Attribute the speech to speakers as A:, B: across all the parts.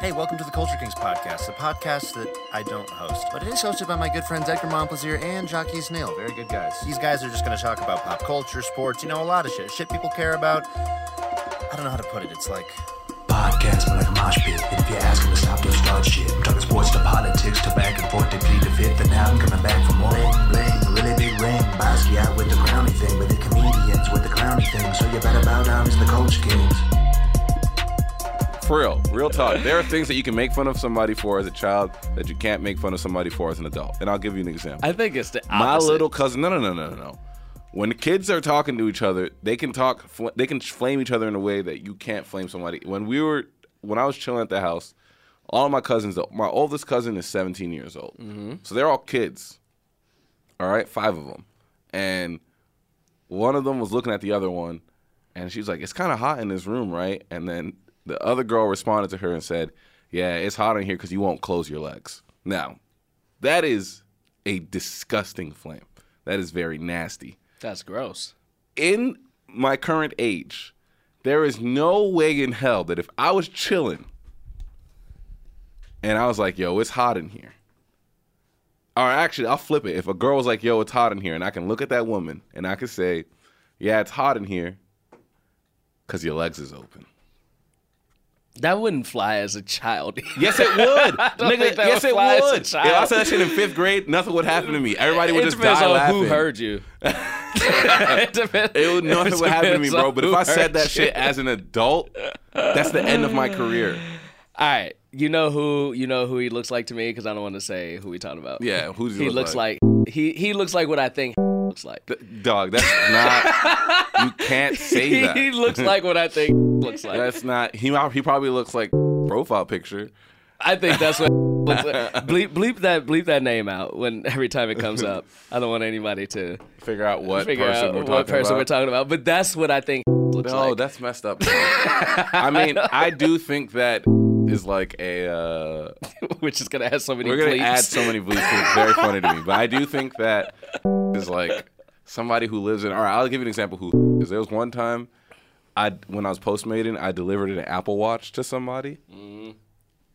A: Hey, welcome to the Culture Kings podcast, the podcast that I don't host, but it is hosted by my good friends Edgar Montplaisir and Jockey Snail. Very good guys. These guys are just going to talk about pop culture, sports, you know, a lot of shit. Shit people care about. I don't know how to put it. It's like
B: Podcast but like a mosh pit. And if you ask them to stop, they'll start shit. I'm talking sports to politics to back and forth. They plead the fifth, and now I'm coming back for more. Bling, bling, a really big ring. Basquiat with the crowny thing, but the comedians with the clowny thing. So you better bow down as the coach kings.
C: For real, real talk. There are things that you can make fun of somebody for as a child that you can't make fun of somebody for as an adult. And I'll give you an example.
D: I think it's the
C: My
D: opposite.
C: little cousin. No, no, no, no, no, no. When the kids are talking to each other, they can talk. Fl- they can flame each other in a way that you can't flame somebody. When we were, when I was chilling at the house, all my cousins. My oldest cousin is 17 years old, so they're all kids. All right, five of them, and one of them was looking at the other one, and she was like, "It's kind of hot in this room, right?" And then the other girl responded to her and said, "Yeah, it's hot in here because you won't close your legs." Now, that is a disgusting flame. That is very nasty.
D: That's gross.
C: In my current age, there is no way in hell that if I was chilling and I was like, yo, it's hot in here. Or actually, I'll flip it. If a girl was like, yo, it's hot in here, and I can look at that woman and I can say, yeah, it's hot in here because your legs is open.
D: That wouldn't fly as a child.
C: Yes, it would.
D: don't
C: Nigga,
D: think that
C: yes,
D: would
C: it
D: fly as a
C: would. If I
D: child.
C: said that shit in fifth grade, nothing would happen to me. Everybody would
D: it
C: just
D: depends
C: die
D: on
C: laughing.
D: who heard you. it depends.
C: It would nothing would happen to me,
D: depends on
C: bro. But if
D: who
C: I said
D: heard
C: that
D: you.
C: shit as an adult, that's the end of my career.
D: all right, you know who you know who he looks like to me because I don't want to say who we talking about.
C: Yeah, who does
D: he looks like? he he looks like what I think looks like.
C: Dog, that's not. you can't say that.
D: he looks like what I think looks like.
C: That's not. He might- he probably looks like profile picture.
D: I think that's what looks like. bleep bleep that bleep that name out when every time it comes up. I don't want anybody to
C: Figure out what
D: figure
C: person
D: out
C: we're talking
D: what person
C: about.
D: we're talking about. But that's what I think looks
C: no,
D: like.
C: that's messed up. bro. I mean, I do think that is like a. Uh,
D: which is gonna have so many
C: We're gonna
D: bleeps.
C: add so many bleeps 'cause it's very funny to me. But I do think that is like somebody who lives in. All right, I'll give you an example. Who is there was one time I when I was postmating, I delivered an Apple Watch to somebody.
D: Mm.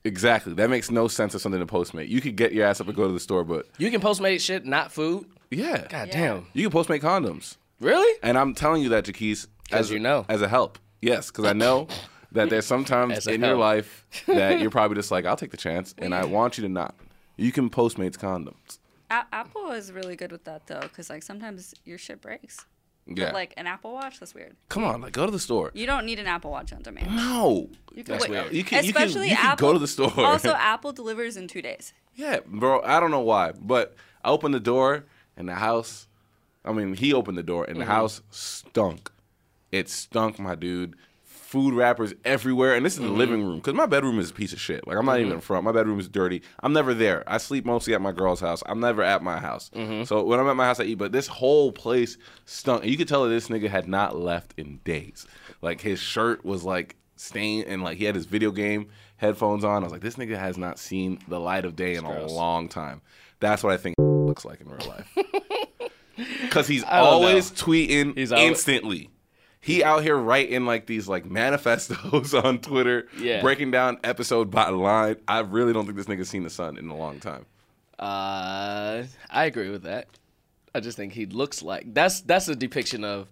C: Exactly. That makes no sense of something to postmate. You could get your ass up and go to the store, but
D: you can postmate shit, not food.
C: yeah,
D: God damn.
C: you can postmate condoms.
D: Really?
C: And I'm telling you that, Jaquise, as
D: you know.
C: as a help. Yes, because I know that there's sometimes
D: As a
C: in your
D: help.
C: life that you're probably just like, I'll take the chance, and I want you to not. You can postmates condoms.
E: A- Apple is really good with that though, because like sometimes your shit breaks.
C: Yeah.
E: But like an Apple Watch, that's weird.
C: Come on, like go to the store.
E: You don't need an Apple Watch on demand.
C: No.
E: You can
D: That's
E: wait.
D: weird.
C: You can, you can, you
E: Especially
C: can
E: Apple.
C: go to the store.
E: Also, Apple delivers in two days.
C: yeah, bro, I don't know why, but I opened the door and the house, I mean, he opened the door and
E: Mm-hmm.
C: the house stunk. It stunk, my dude. Food wrappers everywhere, and this
D: Mm-hmm.
C: is the living room because my bedroom is a piece of shit. Like I'm not even in front. My bedroom is dirty. I'm never there. I sleep mostly at my girl's house. I'm never at my house.
D: Mm-hmm.
C: So when I'm at my house, I eat. But this whole place stunk. You could tell that this nigga had not left in days. Like his shirt was like stained, and like he had his video game headphones on. I was like, this nigga has not seen the light of day in
D: gross.
C: a long time. That's what I think looks like in real life. Because he's
D: don't know.
C: always tweeting
D: He's alwa-
C: instantly. he out here writing like these like manifestos on Twitter,
D: Yeah.
C: breaking down episode by line. I really don't think this nigga's seen the sun in a long time.
D: Uh, I agree with that. I just think he looks like that's that's a depiction of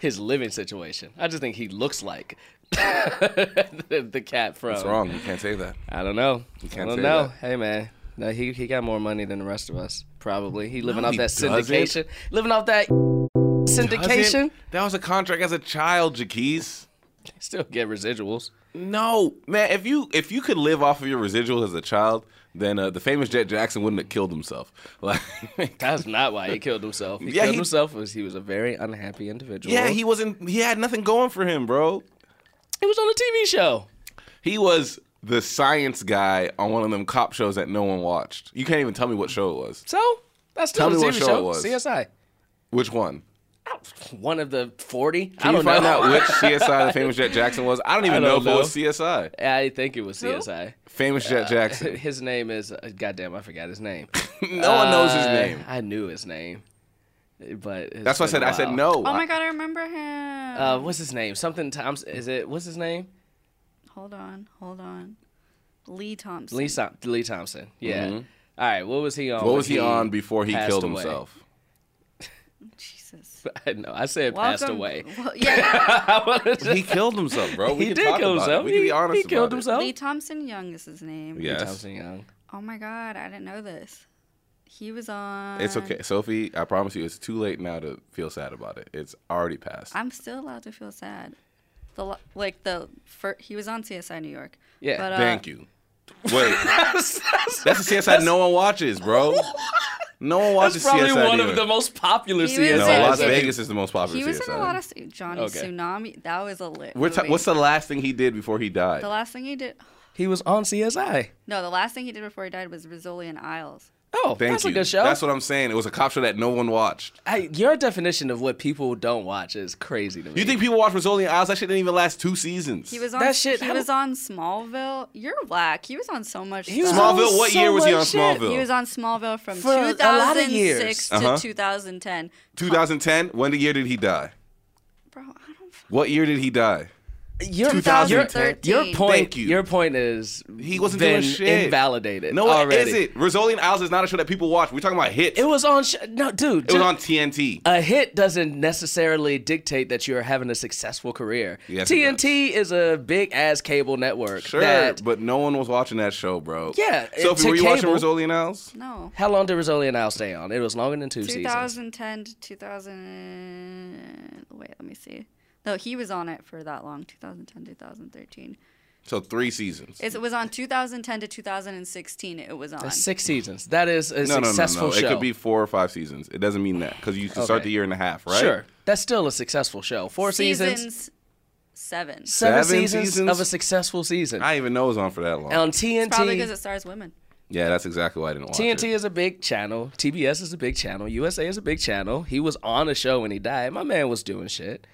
D: his living situation. I just think he looks like the, the cat from.
C: It's wrong. You can't say that.
D: I don't know.
C: can't
D: I don't
C: say
D: know.
C: that.
D: Hey man, no, he he got more money than the rest of us. Probably he living
C: No,
D: off
C: he
D: that
C: doesn't.
D: syndication. Living off that syndication.
C: Cousin, That was a contract as a child, Jaquise.
D: Still get residuals.
C: No, man. If you if you could live off of your residuals as a child, then uh, the famous Jet Jackson wouldn't have killed himself. Like
D: That's not why he killed himself. He
C: Yeah,
D: killed
C: he-
D: himself because he was a very unhappy individual.
C: Yeah, he wasn't. He had nothing going for him, bro.
D: he was on a TV show.
C: He was the science guy on one of them cop shows that no one watched. You can't even tell me what show it was.
D: So that's still
C: Tell me
D: a
C: what
D: TV
C: show
D: show.
C: it was.
D: CSI.
C: Which one?
D: One of the forty. I
C: Can you
D: don't
C: find
D: know.
C: out which CSI the famous Jet Jackson was? I don't even
D: I
C: know
D: don't
C: if it was CSI.
D: I think it was CSI.
C: Famous
D: Uh,
C: Jet Jackson.
D: His name is. Uh, goddamn, I forgot his name.
C: No one knows his
D: Uh,
C: name.
D: I knew his name, but it's
C: That's why I
D: been
C: said
D: a
C: I said
D: while.
C: no.
E: Oh my god, I remember him.
D: Uh, what's his name? Something Thompson. Is it? What's his name?
E: hold on, hold on. Lee Thompson.
D: Lee, Som- Lee Thompson. Yeah. All right. What was he on?
C: Mm-hmm. What
D: when
C: was he on before he
D: passed
C: killed
D: away?
C: himself?
E: Jesus.
D: I know. I said passed
E: Welcome-
D: away.
E: Well, yeah.
C: he killed himself, bro. Oh, We
D: he
C: can
D: did
C: talk
D: kill
C: about
D: himself.
C: It. We can
D: He-
C: be honest
D: he killed
C: about it.
D: himself.
E: Lee Thompson Young is his name.
C: Yes.
D: Thompson Young.
E: Oh my God, I didn't know this. He was on.
C: It's okay, Sophie. I promise you, it's too late now to feel sad about it. It's already passed.
E: I'm still allowed to feel sad. The lo- like the fir- he was on CSI New York.
D: Yeah.
E: But, uh,
C: Thank you. Wait, that's a CSI no one watches, bro. No one watches
D: That's probably
C: CSI.
D: one
C: either.
D: of the most popular
E: He was
D: CSI.
C: No,
E: Yeah,
C: Las
E: yeah.
C: Vegas is the most popular
E: He was
C: CSI.
E: in a lot of st- Johnny
D: Okay.
E: Tsunami. That was a lit.
C: We're ta-
E: movie.
C: what's the last thing he did before he died?
E: The last thing he did?
D: He was on CSI.
E: No, the last thing he did before he died was Rizzoli and Isles.
D: Oh,
C: Thank
D: that's
C: you.
D: a good show.
C: That's what I'm saying. It was a cop show that no one watched.
D: I, your definition of what people don't watch is crazy to me.
C: You think people watch Rizzoli and Oz? That shit didn't even last two seasons.
E: He was on.
D: That shit-
E: He
D: how-
E: was on Smallville. You're whack. He was on so much.
D: He was
E: stuff.
D: on
C: Smallville. What
D: so
C: year was he on
D: much shit.
C: Smallville?
E: He was on Smallville from
D: For a lot of
E: 2006
D: years.
E: to
C: Uh-huh.
E: 2010.
C: 2010. When the year did he die?
E: Bro, I don't. f-
C: What year did he die?
D: Your,
E: 2013.
D: Your, your point.
C: Thank you.
D: Your point is
C: He wasn't
D: been
C: doing shit.
D: Invalidated.
C: No, it
D: already.
C: isn't. Rizzoli and Oz is not a show that people watch. We're talking about hits.
D: It was on. Sh- no, dude.
C: It was
D: ju-
C: on TNT.
D: a hit doesn't necessarily dictate that you're having a successful career.
C: Yes, it
D: TNT is a big ass cable network.
C: Sure,
D: that-
C: but no one was watching that show, bro.
D: Yeah, it-
C: Sophie,
D: to
C: were you watching
D: cable-
C: Rizzoli and Oz?
E: No.
D: how long did Rosalie and I stay on? It was longer than two seasons.
E: 2010 to 2000. Wait, let me see. No, he was on it for that long. 2010, 2013.
C: So three seasons.
E: It's- It was on 2010 to 2016. It was on.
D: That's six seasons. That is a
C: no, no, no,
D: successful
C: no.
D: show.
C: It could be four or five seasons. It doesn't mean that because you can start
D: Okay.
C: the year and a half, right?
D: Sure, that's still a successful show. Four seasons,
E: Seasons
D: seven,
E: seven.
C: Seven
D: seasons,
C: seasons?
D: of a successful season
C: I didn't even know it was on for that long.
D: on
E: Probably because
D: TNT.
E: it stars women.
C: yeah, that's exactly why I didn't watch
D: TNT
C: it.
D: is a big channel. TBS is a big channel. USA is a big channel. He was on a show when he died. My man was doing shit.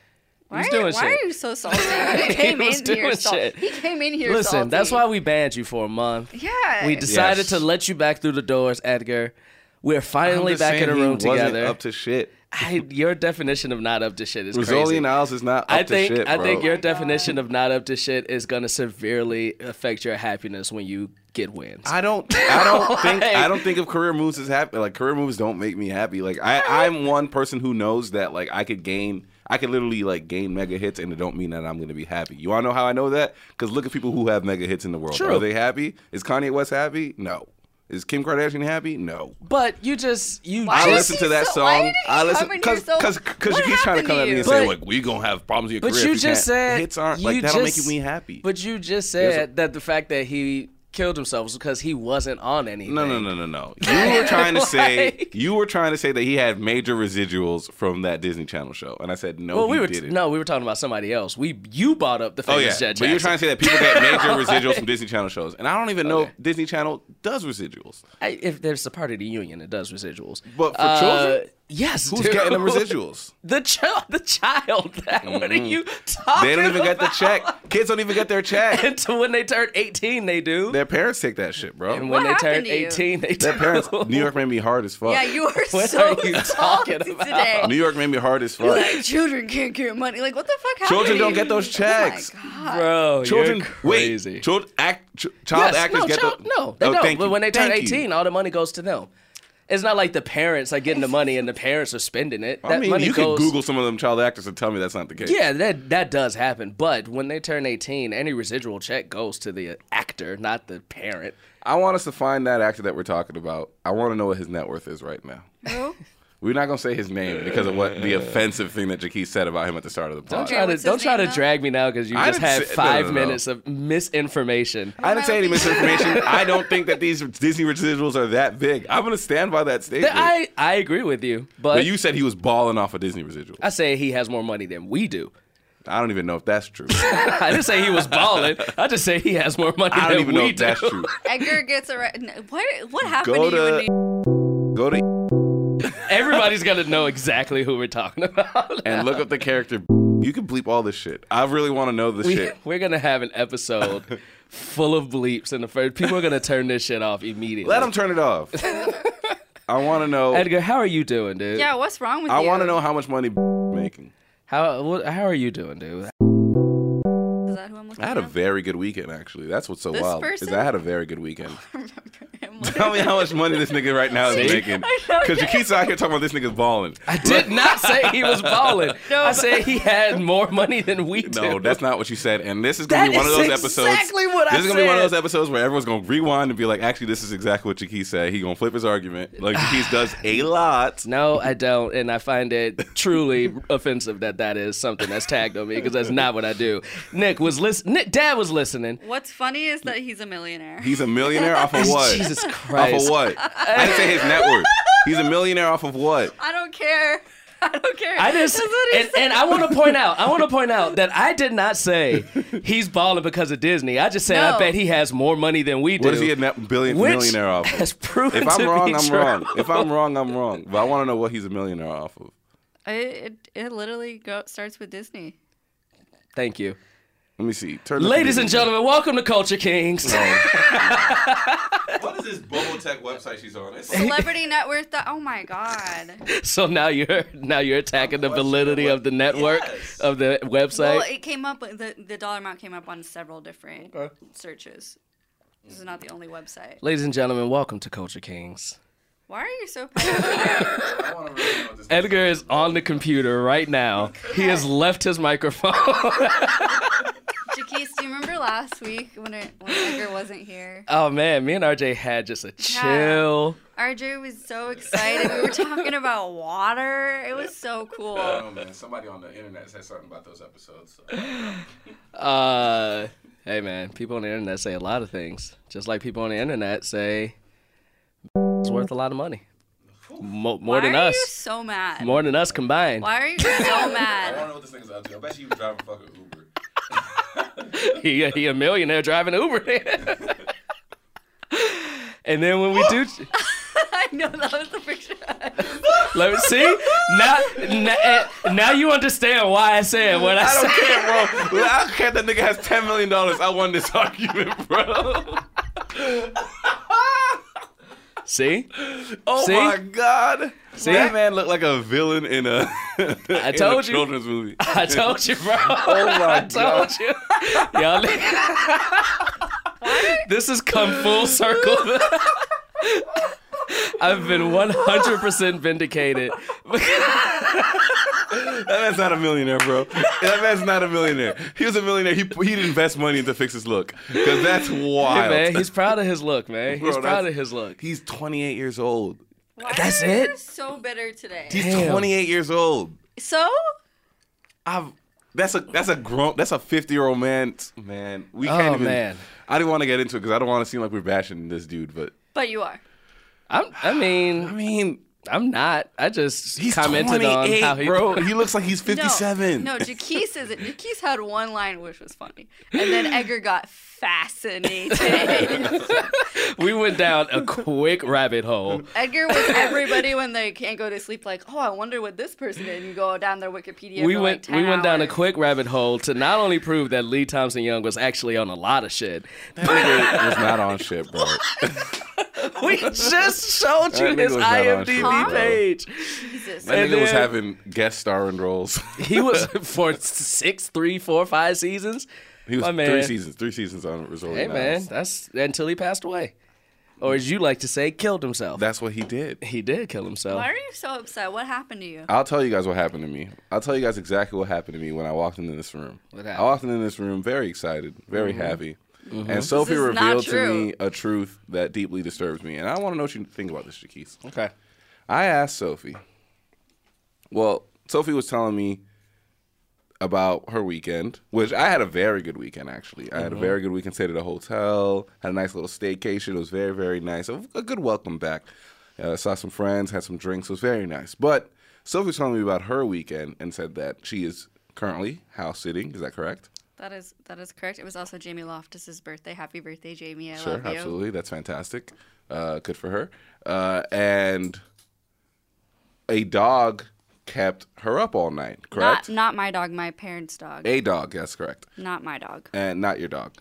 D: He
E: Why,
D: was
E: are-
D: doing
E: why
D: shit.
E: are you so salty? He came
D: was
E: in here
D: doing
E: salty.
D: shit.
E: He came in here
D: Listen,
E: salty.
D: that's why we banned you for a month.
E: Yeah.
D: We decided
C: Yes.
D: to let you back through the doors, Edgar. We're
C: I'm
D: finally
C: just
D: back in
C: saying
D: a
C: he
D: room
C: wasn't
D: together.
C: Up to shit.
D: I, your definition of not up to shit is
C: Rizzoli
D: crazy.
C: and Oz is not up
D: I think
C: to shit,
D: I
C: bro.
D: think your definition of not up to shit is gonna severely affect your happiness when you get wins.
C: I don't. I don't think. I don't think of career moves as happy. Like career moves don't make me happy. Like I, I'm one person who knows that. Like I could gain. I could literally like gain mega hits, and it don't mean that I'm gonna be happy. You wanna know how I know that? Because look at people who have mega hits in the world.
D: True.
C: Are they happy? Is Kanye West happy? No. Is Kim Kardashian happy? No.
D: but you just you
E: Why
C: I
E: is
D: just
C: listen
E: he
C: to that
E: so- why
C: song.
E: did he
C: I listen
E: come in here
C: because
E: so-
C: because because
E: What
C: you keep trying to
E: happened
C: come
E: to
C: at me
E: you?
C: and say
D: But-
C: like we gonna have problems in your
D: But
C: career.
D: you
C: if
D: just
C: can't."
D: said
C: hits aren't
D: you
C: like that. Don't make
D: just-
C: me happy.
D: But you just said that the fact that he killed himself was because he wasn't on anything.
C: No, no, no, no, no. You were trying to say
D: Like-
C: you were trying to say that he had major residuals from that Disney Channel show, and I said no,
D: Well,
C: he
D: we were
C: didn't.
D: no, we were talking about somebody else. We you brought up the
C: Oh
D: famous
C: yeah,
D: Jet
C: but you're
D: Jackson.
C: trying to say that people get major residuals from Disney Channel shows, and I don't even know if Disney Channel does residuals.
D: I, if there's a part of the union, it does residuals. Uh,
C: But for children?
D: yes.
C: Who's
D: dude.
C: getting the residuals?
D: The child, the child. What are you talking?
C: Mm-hmm. They don't even get the
D: about?
C: check. Kids don't even get their check.
D: Until when they turn 18, they do.
C: Their parents take that shit,
D: and
C: bro.
D: when
E: What
D: they turn
E: happened to you?
D: 18, they
C: Their
D: do.
C: parents. New York made me hard as fuck.
E: Yeah, you are
D: What
E: so
D: are you
E: salty
D: talking about?
E: today.
C: New York made me hard as
E: You're
C: fuck.
E: like, children can't get money. Like, what the fuck happened?
C: Children
E: to
C: don't
E: you?
C: get those checks.
E: Oh my God.
D: Bro,
C: Children,
D: you're
C: wait.
D: crazy.
C: Child, act, ch- child
D: Yes,
C: actors
D: no,
C: get
D: child-
C: the
D: no, they
C: Oh,
D: don't.
C: thank
D: But
C: you.
D: when they turn
C: Thank you.
D: 18, all the money goes to them. It's not like the parents are getting the money and the parents are spending it. That
C: I mean,
D: money
C: you
D: goes,
C: can Google some of them child actors and tell me that's not the case.
D: Yeah, that that does happen. But when they turn 18, any residual check goes to the actor, not the parent.
C: I want us to find that actor that we're talking about. I want to know what his net worth is right now.
E: Who?
C: We're not gonna say his name because of what the offensive thing that Jaquez said about him at the start of the
D: Don't
C: pod.
D: try to
E: what's his
D: don't try
E: name
D: to
E: now?
D: drag me now because you
C: I
D: just
C: didn't
D: had
C: say- no,
D: five
C: no, no.
D: minutes of misinformation.
C: I didn't say any
E: Am I looking-
C: misinformation. I don't think that these Disney residuals are that big. I'm gonna stand by that statement.
D: I, I agree with you, but,
C: but you said he was balling off of Disney residuals.
D: I say he has more money than we do.
C: I don't even know if that's true.
D: I didn't say he was balling. I just say he has more money
C: I
D: than
C: don't even
D: we
C: know if
D: do.
C: that's true.
E: Edgar gets arrested. What? What happened
C: Go
E: to, you?
C: to
E: in New-
C: go to
D: Everybody's gonna know exactly who we're talking about.
C: and look up the character. You can bleep all this shit. I really want to know this
D: we,
C: shit.
D: we're gonna have an episode full of bleeps in the first. People are gonna turn this shit off immediately.
C: Let him turn it off. I want to know.
D: Edgar, how are you doing, dude?
E: yeah, what's wrong with
C: I
E: you?
C: want to know how much money making.
D: How wh- how are you doing, dude?
E: This is that who I'm looking
C: I
E: at?
C: had a very good weekend actually. That's what's so
E: This
C: wild is
E: person?
C: I had a very good weekend.
E: remember him.
C: Tell me how much money this nigga right now is making. Because Jakeet's out here talking about this nigga's balling.
D: I did not say he was balling.
E: No,
D: I
E: but-
D: said he had more money than we do.
C: No, that's not what you said. And this is gonna
D: That
C: be one of those
D: is
C: episodes.
D: exactly what I
C: This is gonna be one of
D: said.
C: those episodes where everyone's gonna rewind and be like, actually, this is exactly what Jakeet said. He gonna flip his argument. Like Jakeet does a lot.
D: No, I don't, and I find it truly offensive that that is something that's tagged on me because that's not what I do. Nick was listen. Nick, Dad was listening.
E: What's funny is that he's a millionaire.
C: He's a millionaire off of what?
D: Jesus
C: off
D: Christ!
C: of what? I didn't say his net worth. He's a millionaire off of what?
E: I don't care. I don't care.
D: I just
E: That's what he
D: and,
E: said.
D: and I want to point out, I want to point out that I did not say he's balling because of Disney. I just said I
E: No.
D: bet he has more money than we do.
C: What is he a net billion
D: which
C: millionaire off of?
D: has proven
C: If I'm
D: to
C: wrong,
D: be
C: I'm
D: true.
C: wrong. If I'm wrong, I'm wrong. But I want to know what he's a millionaire off of.
E: I- it, it literally go, starts with Disney.
D: Thank you,
C: Let me see. Turn the
D: ladies and
C: computer.
D: gentlemen. Welcome to Culture Kings.
C: What is this bubble tech website she's on? It's
E: Celebrity net worth. Th- oh my god.
D: so now you're now you're attacking the validity of the network
C: Yes.
D: of the website.
E: Well, it came up. The, the dollar amount came up on several different searches. This is not the only website.
D: Ladies and gentlemen, welcome to Culture Kings.
E: Why are you so? passionate?
D: Edgar is on the computer right now. He has left his microphone.
E: Jaquise, do you remember last week when it, when Edgar wasn't here?
D: oh man, me and RJ had just a chill.
E: RJ was so excited. We were talking about water. It was so cool.
C: man. Somebody on the internet said something about those episodes.
D: Uh, hey man, people on the internet say a lot of things. Just like people on the internet say it's worth a lot of money. Mo- more
E: Why
D: than
E: are
D: us.
E: you so mad?
D: More than us combined.
E: Why are you so mad?
C: know what this nigga's up to. I bet you was driving fucking Uber.
D: he, he a millionaire driving Uber. and then when we do,
E: I know that was the picture.
D: let me see. Now, now, eh, now you understand why I said what I,
C: I don't
D: said.
C: care, bro. I don't care that nigga has ten million dollars. I won this argument, bro.
D: See,
C: Oh
D: See?
C: my god.
D: See?
C: That man looked like a villain in a, I
D: told you.
C: children's movie.
D: I told you, bro.
C: Oh my
D: I told you, y'all. this has come full circle. I've been 100% vindicated.
C: That man's not a millionaire, bro. That man's not a millionaire. He was a millionaire. He he'd invest money into fix his look because that's wild.
D: man, he's proud of his look, man.
C: Bro,
D: He's proud
C: that's-
D: of his look.
C: He's 28 years old.
E: Why
D: That's
E: are you
D: it?
E: So bitter today.
C: He's
D: Damn.
C: 28 years old.
E: So
C: I've that's a that's a grown that's a 50 year old man. Man, we can't
D: Oh,
C: even.
D: man.
C: I didn't want to get into it because I don't want to seem like we're bashing this dude, but
E: But you are.
D: I'm, I
C: I
D: mean,
C: mean,
D: I'm not. I just
C: he's
D: commented on
C: 28,
D: how he
C: bro. He looks like he's 57.
E: No, no Jaquise isn't. Jaquise had one line which was funny. And then Edgar got fascinated.
D: we went down a quick rabbit hole.
E: Edgar was everybody when they can't go to sleep, like, oh, I wonder what this person did. And you go down their Wikipedia.
D: we
E: for
D: went
E: like 10
D: we went down a
E: hours.
D: quick rabbit hole to not only prove that Lee Thompson Young was actually on a lot of shit.
C: Nigga was not on shit, bro.
D: We just showed you
C: That nigga
D: his
C: was not on shit,
D: IMDb
C: bro.
D: page.
E: Jesus.
C: That
D: And
C: nigga was
D: then-
C: having guest starring roles.
D: He was for six, three, four, five seasons.
C: He was
D: My man.
C: three seasons, three seasons on Resort.
D: Hey man, that's until he passed away, or as you like to say, killed himself.
C: that's what he did.
D: he did kill himself.
E: Why are you so upset? What happened to you?
C: I'll tell you guys what happened to me. I'll tell you guys exactly what happened to me when I walked into this room.
D: What
C: I
D: happened? Mm-hmm.
C: walked into this room very excited, very happy. And Sophie
E: is not
C: revealed to
E: true.
C: me a truth that deeply disturbs me. And I want to know what you think about this, Jaquise.
D: Okay.
C: I asked Sophie. Well, Sophie was telling me about her weekend, which I had a very good weekend actually. I had a
E: Mm-hmm.
C: very good weekend stayed at a hotel, had a nice little staycation. It was very very nice. A, a good welcome back. Uh, saw some friends, had some drinks. It was very nice. But Sophie was telling me about her weekend and said that she is currently house sitting. Is that correct?
E: That is that is correct. It was also Jamie Loftus's birthday. Happy birthday, Jamie. I
C: Sure,
E: love you.
C: absolutely. That's fantastic. Uh, good for her. Uh, and a dog kept her up all night,
E: Not
C: correct?
E: not my dog, my parents' dog.
C: a dog, that's correct.
E: Not my dog.
C: And not your dog.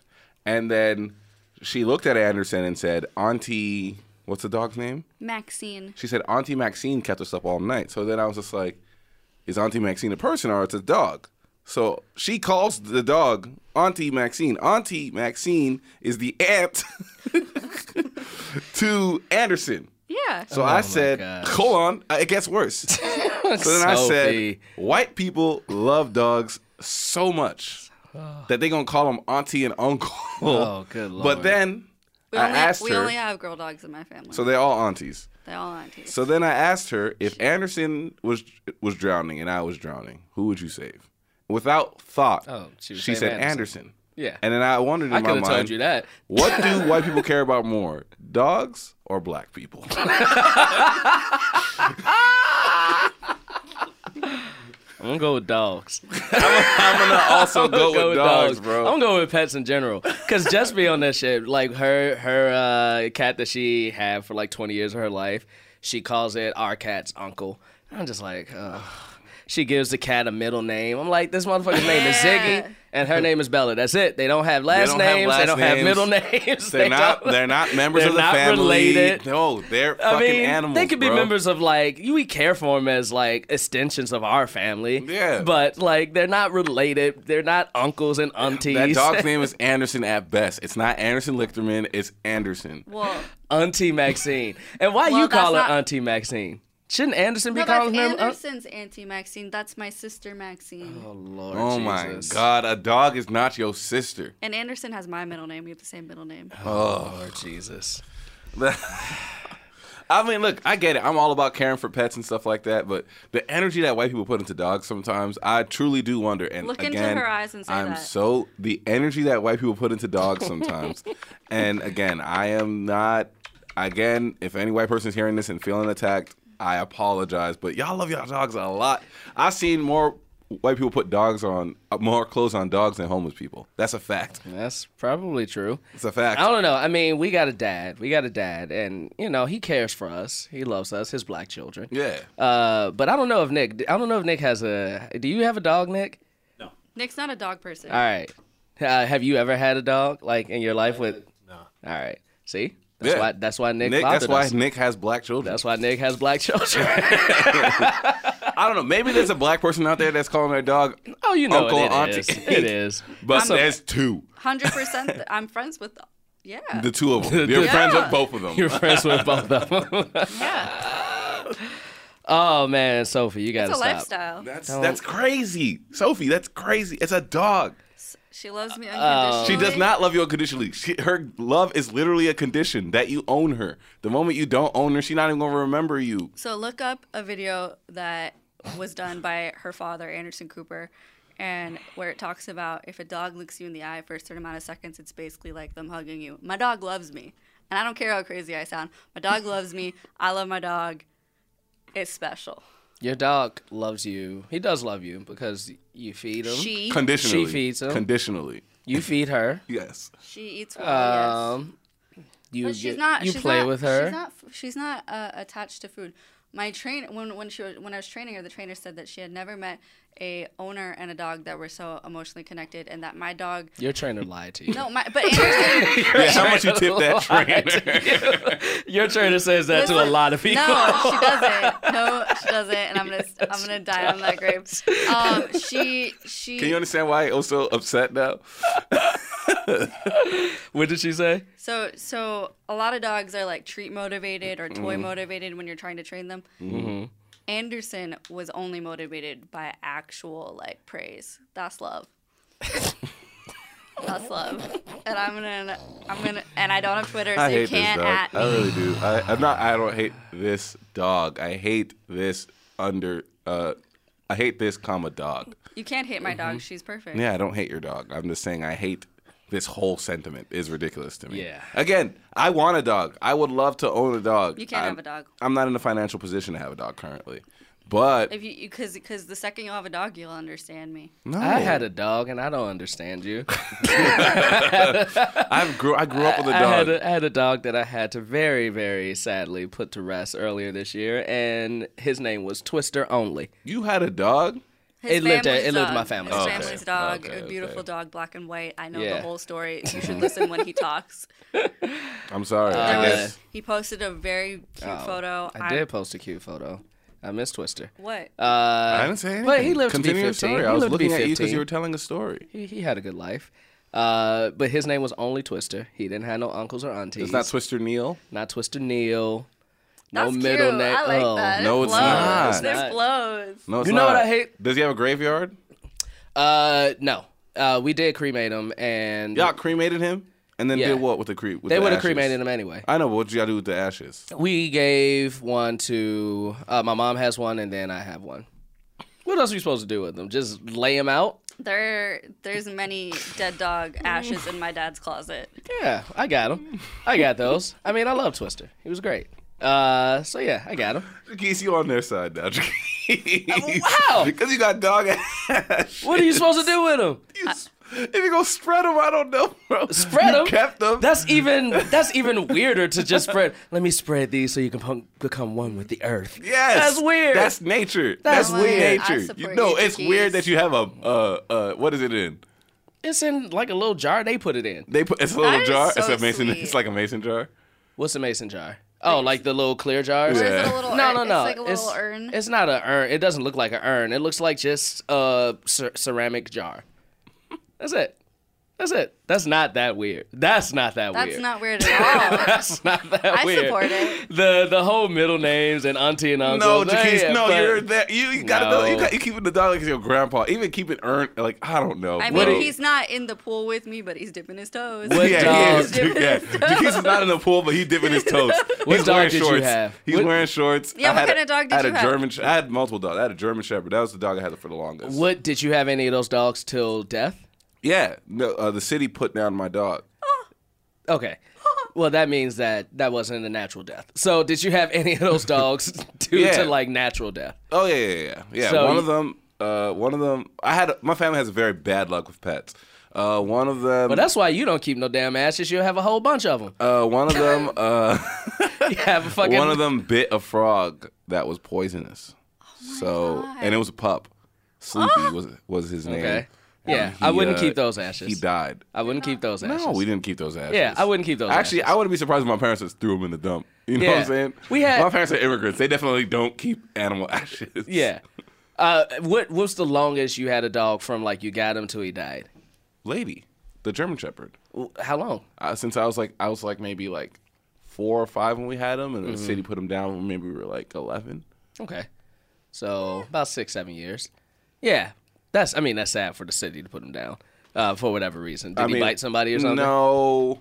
C: And then she looked at Anderson and said, Auntie, what's the dog's name?
E: Maxine.
C: She said, Auntie Maxine kept us up all night. So then I was just like, is Auntie Maxine a person or it's a dog? So she calls the dog Auntie Maxine. Auntie Maxine is the aunt to Anderson.
E: Yeah.
C: So I said,
D: Oh gosh.
C: hold on, uh, it gets worse. so then I said,
D: Sophie.
C: white people love dogs so much that they gonna call them auntie and uncle.
D: Oh, good
C: But
D: lord.
C: then
E: we
C: I
E: only,
C: asked
E: we
C: her,
E: only have girl dogs in my family.
C: so they're all aunties.
E: They're all aunties.
C: So then I asked her if Anderson was was drowning and I was drowning, who would you save? Without thought,
D: Oh, she was
C: said
D: saying
C: Anderson.
D: Anderson. yeah.
C: And then I wondered in
D: I
C: my
D: could have
C: mind,
D: told you that.
C: what do white people care about more, dogs or black people?
D: I'm gonna go with dogs.
C: I'm gonna also go, with, dogs, bro.
D: I'm going with pets in general. Cause just be on that shit. Like her her uh, cat that she had for like 20 years of her life, she calls it our cat's uncle. I'm just like, ugh. she gives the cat a middle name. I'm like, this motherfucker's name is
E: Yeah.
D: Ziggy, and her name is Bella. That's it. They don't have last
C: don't have
D: names.
C: last
D: they don't have
C: names.
D: middle names.
C: They're
D: They
C: not.
D: don't-
C: They're not members
D: They're
C: of the
D: not
C: family.
D: related.
C: No, they're
D: I
C: fucking
D: mean,
C: animals.
D: They could be
C: bro.
D: members of like you. We care for them as like extensions of our family.
C: Yeah.
D: But like they're not related. They're not uncles and aunties.
C: That dog's name is Anderson at best. It's not Anderson Lichterman. It's Anderson.
D: Oh,
E: well,
D: Auntie Maxine. And why
E: Well,
D: you call her
E: that's not-
D: Auntie Maxine? Shouldn't Anderson be
E: no,
D: calling
E: that's
D: her? Aunt-
E: Anderson's auntie Maxine. That's my sister Maxine.
D: uh, oh Lord.
C: Oh my
D: Jesus.
C: God, a dog is not your sister.
E: And Anderson has my middle name. We have the same middle name.
D: Oh Lord Jesus.
C: I mean, look, I get it. I'm all about caring for pets and stuff like that, but the energy that white people put into dogs sometimes, I truly do wonder. And
E: Look into
C: again,
E: her eyes and say
C: I'm
E: that.
C: so the energy that white people put into dogs sometimes. and again, I am not. Again, if any white person's hearing this and feeling attacked, I apologize. But y'all love y'all dogs a lot. I've seen more white people put dogs on uh, more clothes on dogs than homeless people. That's a fact.
D: That's probably true.
C: It's a fact.
D: I don't know. I mean, we got a dad. We got a dad, and you know he cares for us. He loves us. His black children.
C: Yeah.
D: Uh, but I don't know if Nick. I don't know if Nick has a. Do you have a dog, Nick?
E: Nick's not a dog person.
D: All right. Uh, have you ever had a dog like in your life with? No. All right. See, that's
C: Yeah.
D: why. That's why Nick.
C: Nick, that's
D: fathered
C: why
D: us.
C: Nick has black children.
D: That's why Nick has black children.
C: I don't know. Maybe there's a black person out there that's calling their dog
D: oh, you know
C: Uncle,
D: it,
C: auntie.
D: it is. It is.
C: But
E: I'm-
C: there's two,
E: Hundred percent. th- I'm friends with. Yeah.
C: the two of them. You're
D: Yeah.
C: friends with both of them.
D: You're friends with both of them.
E: yeah.
D: oh man, Sophie, you gotta
E: It's a
D: stop.
E: lifestyle.
C: that's that's crazy, Sophie. That's crazy. It's a dog.
E: She loves me
D: Uh,
E: unconditionally.
C: She does not love you unconditionally. She, her love is literally a condition that you own her. The moment you don't own her, she's not even gonna remember you.
E: So look up a video that was done by her father, Anderson Cooper, and where it talks about if a dog looks you in the eye for a certain amount of seconds, it's basically like them hugging you. My dog loves me. And I don't care how crazy I sound. My dog loves me. I love my dog. It's special.
D: Your dog loves you. He does love you because you feed him.
E: She
C: Conditionally,
D: She feeds him.
C: Conditionally,
D: you feed her.
C: yes.
E: she eats well, yes.
D: Um, you
E: But she's
D: get-
E: not.
D: you
E: she's
D: play
E: not-
D: with her.
E: She's not. She's not uh, attached to food. My train when when she was, when I was training her, the trainer said that she had never met a owner and a dog that were so emotionally connected, and that my dog.
D: Your trainer lied to you.
E: No, my but Anderson.
C: Yeah, how much you tip that
D: Lied
C: trainer?
D: to you. Your trainer says that to a lot of people.
E: No, she doesn't. No, she doesn't. And I'm gonna I'm gonna die on that grave. Um, she she.
C: Can you understand why I was so upset now?
D: What did she say?
E: So so a lot of dogs are like treat motivated or
C: Mm-hmm.
E: toy motivated when you're trying to train them. Anderson was only motivated by actual like praise. That's love. That's love. And I'm gonna I'm gonna and I don't have Twitter, so
C: I
E: you
C: hate this
E: can't
C: dog. Uh,
E: at
C: I
E: me.
C: really do. I, I'm not. I don't hate this dog. I hate this under. Uh, I hate this comma dog.
E: You can't hate my dog. She's perfect.
C: mm-hmm. Yeah, I don't hate your dog. I'm just saying I hate this whole sentiment is ridiculous to me.
D: Yeah.
C: Again, I want a dog. I would love to own a dog.
E: You can't
C: I'm-
E: have a dog.
C: I'm not in a financial position to have a dog currently. But
E: If you because because the second you have a dog, you'll understand me.
C: no,
D: I had a dog and I don't understand you.
C: I've grew. I grew up with a
D: I
C: dog.
D: had a, I had a dog that I had to very, very sadly put to rest earlier this year, and his name was Twister Only.
C: you had a dog.
E: His
D: It lived- uh,
E: family's
D: it lived in my
E: dog-
D: family.
E: His
D: Okay.
E: family's dog,
C: Okay,
E: a beautiful
C: okay.
E: dog, black and white. I know
D: Yeah.
E: the whole story. You should listen when he talks.
C: I'm sorry.
E: There
C: I
E: was-
D: Uh,
C: guess.
D: Oh,
E: he posted a very cute photo.
D: I did post a cute photo. I miss Twister.
E: What?
D: Uh,
C: I didn't say anything.
D: But he lived
C: Continue
D: to be
C: your
D: 15.
C: story.
D: He
C: I was
D: lived to be
C: looking at you because
D: 15.
C: you were telling a story.
D: He, he had a good life. Uh, but his name was only Twister. He didn't have no uncles or aunties.
C: It's not Twister Neil.
D: Not Twister Neil.
E: That's
D: no
E: cute.
D: middle name.
E: I like
D: oh.
E: that.
C: no,
E: it
C: it's
E: blows.
C: not.
E: This
D: It's not.
E: blows.
C: No, it's
D: You know what
C: not.
D: I hate?
C: Does he have a graveyard?
D: Uh, no. Uh, we did cremate him, and
C: Y'all cremated him, and then
D: Yeah.
C: did what with the cre? With
D: they
C: the
D: would have
C: ashes?
D: cremated him anyway. Uh,
C: I know. but What y'all do with the ashes?
D: We gave one to uh, my mom has one, and then I have one. What else are you supposed to do with them? Just lay them out?
E: There, there's many dead dog ashes in my dad's closet.
D: Yeah, I got them. I got those. I mean, I love Twister. He was great. Uh, so yeah, I got him.
C: Jaquise, you on their side now, Jaquise.
D: Wow.
C: Because you got dog ass.
D: What are you supposed to do with them?
C: If you gonna spread them, I don't know, bro.
D: Spread
C: you
D: them.
C: Kept them.
D: That's even that's even weirder to just spread. Let me spread these so you can punk- become one with the earth.
C: yes.
D: that's weird.
C: That's nature.
D: That's
C: That's,
E: weird. I
C: nature.
E: support
C: You know,
E: you,
C: it's
E: Jaquise.
C: weird that you have a uh uh. What is it in?
D: it's in like a little jar they put it in.
C: They put it's a little
E: is
C: jar.
E: so
C: it's a mason.
E: sweet.
C: It's like a mason jar.
D: What's a mason jar? Oh, like the little clear jars.
E: Or is it
C: Yeah.
E: a little
D: No,
E: urn?
D: no, no.
E: It's like a little urn.
D: It's not an urn. It doesn't look like an urn. It looks like just a cer- ceramic jar. That's it. That's it. That's not that weird. That's not that
E: That's
D: weird.
E: not weird at all.
D: That's not that
E: I
D: weird.
E: support it.
D: The the whole middle names and auntie and
C: No,
D: uncle.
C: Jaquise, no, you're there. You, you gotta know. You
D: No.
C: got you keeping the dog like it's your grandpa. Even keep it earned. Like I don't know.
E: I
C: bro.
E: mean, he's not in the pool with me, but he's dipping his toes.
D: What
C: yeah,
D: dog-
C: he is.
E: Dipping
C: yeah.
E: his toes.
C: Jaquise is not in the pool, but he dipping his toes.
D: What
C: He's
D: dog
C: wearing
D: did you
C: shorts.
D: have?
C: He's
D: What-
C: wearing shorts. I
E: Yeah, what
C: had
E: kind of dog did
C: I had
E: you
C: a
E: have?
C: German. Sh- I had multiple dogs. I had a German Shepherd. That was the dog I had for the longest.
D: What did you have any of those dogs till death?
C: Yeah, no, uh, the city put down my dog.
D: Okay. Well, that means that that wasn't a natural death. So, did you have any of those dogs due
C: Yeah.
D: to like natural death?
C: Oh yeah, yeah, yeah. Yeah,
D: So
C: one
D: you-
C: of them. Uh, one of them. I had my family has very bad luck with pets. Uh, one of them.
D: But that's why you don't keep no damn ashes. You'll have a whole bunch of them.
C: uh, one of them. Uh,
D: You have a fucking
C: one of them bit a frog that was poisonous. so and it was a pup. Sleepy was was his name.
D: Okay.
C: And
D: Yeah, I wouldn't keep those ashes.
C: He died.
D: I wouldn't keep those ashes.
C: No, we didn't keep those ashes.
D: Yeah, I wouldn't keep those
C: Actually,
D: ashes.
C: I wouldn't be surprised if my parents just threw them in the dump. You know what
D: Yeah.
C: I'm saying?
D: We had-
C: my parents are immigrants. They definitely don't keep animal ashes.
D: Yeah. Uh, what What's the longest you had a dog from like you got him till he died?
C: lady, the German Shepherd.
D: W- How long?
C: Uh, since I was like, I was like maybe like four or five when we had him, and
D: Mm-hmm.
C: the city put him down when maybe we were like eleven.
D: Okay. So about six, seven years. Yeah. That's. I mean, that's sad for the city to put him down uh, for whatever reason. Did
C: I
D: he
C: mean,
D: bite somebody or something?
C: No.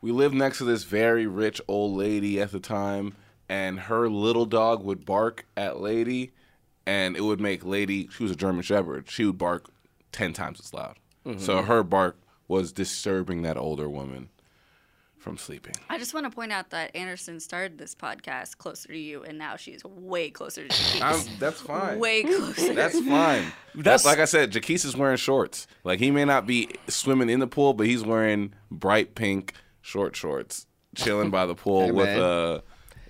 C: We lived next to this very rich old lady at the time, and her little dog would bark at Lady, and it would make Lady, she was a German Shepherd, she would bark 10 times as loud.
D: Mm-hmm.
C: So her bark was disturbing that older woman from sleeping.
E: I just want to point out that Anderson started this podcast closer to you, and now she's way closer to
C: I'm,
E: Jaquise.
C: that's fine.
E: way closer.
C: That's fine.
D: That's-
C: That's like I said. Jaquise is wearing shorts. Like he may not be swimming in the pool, but he's wearing bright pink short shorts, chilling by the pool
D: Hey,
C: with
D: man.
C: a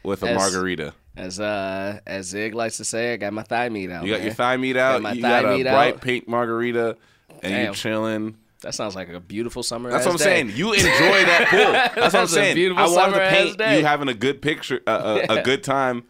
C: with a
D: That's-
C: margarita.
D: As uh, as Zig likes to say, I got my thigh meat out.
C: You got your
D: man.
C: thigh meat out.
D: my
C: you
D: thigh
C: got a
D: meat
C: bright
D: out.
C: pink margarita, and
D: Damn.
C: you're chilling.
D: That sounds like a beautiful summer.
C: That's what I'm saying. You enjoy that pool. That's what I'm
D: That's a
C: saying.
D: beautiful
C: I wanted to
D: summer-ass
C: paint
D: day.
C: you having a good picture, uh, a, a good time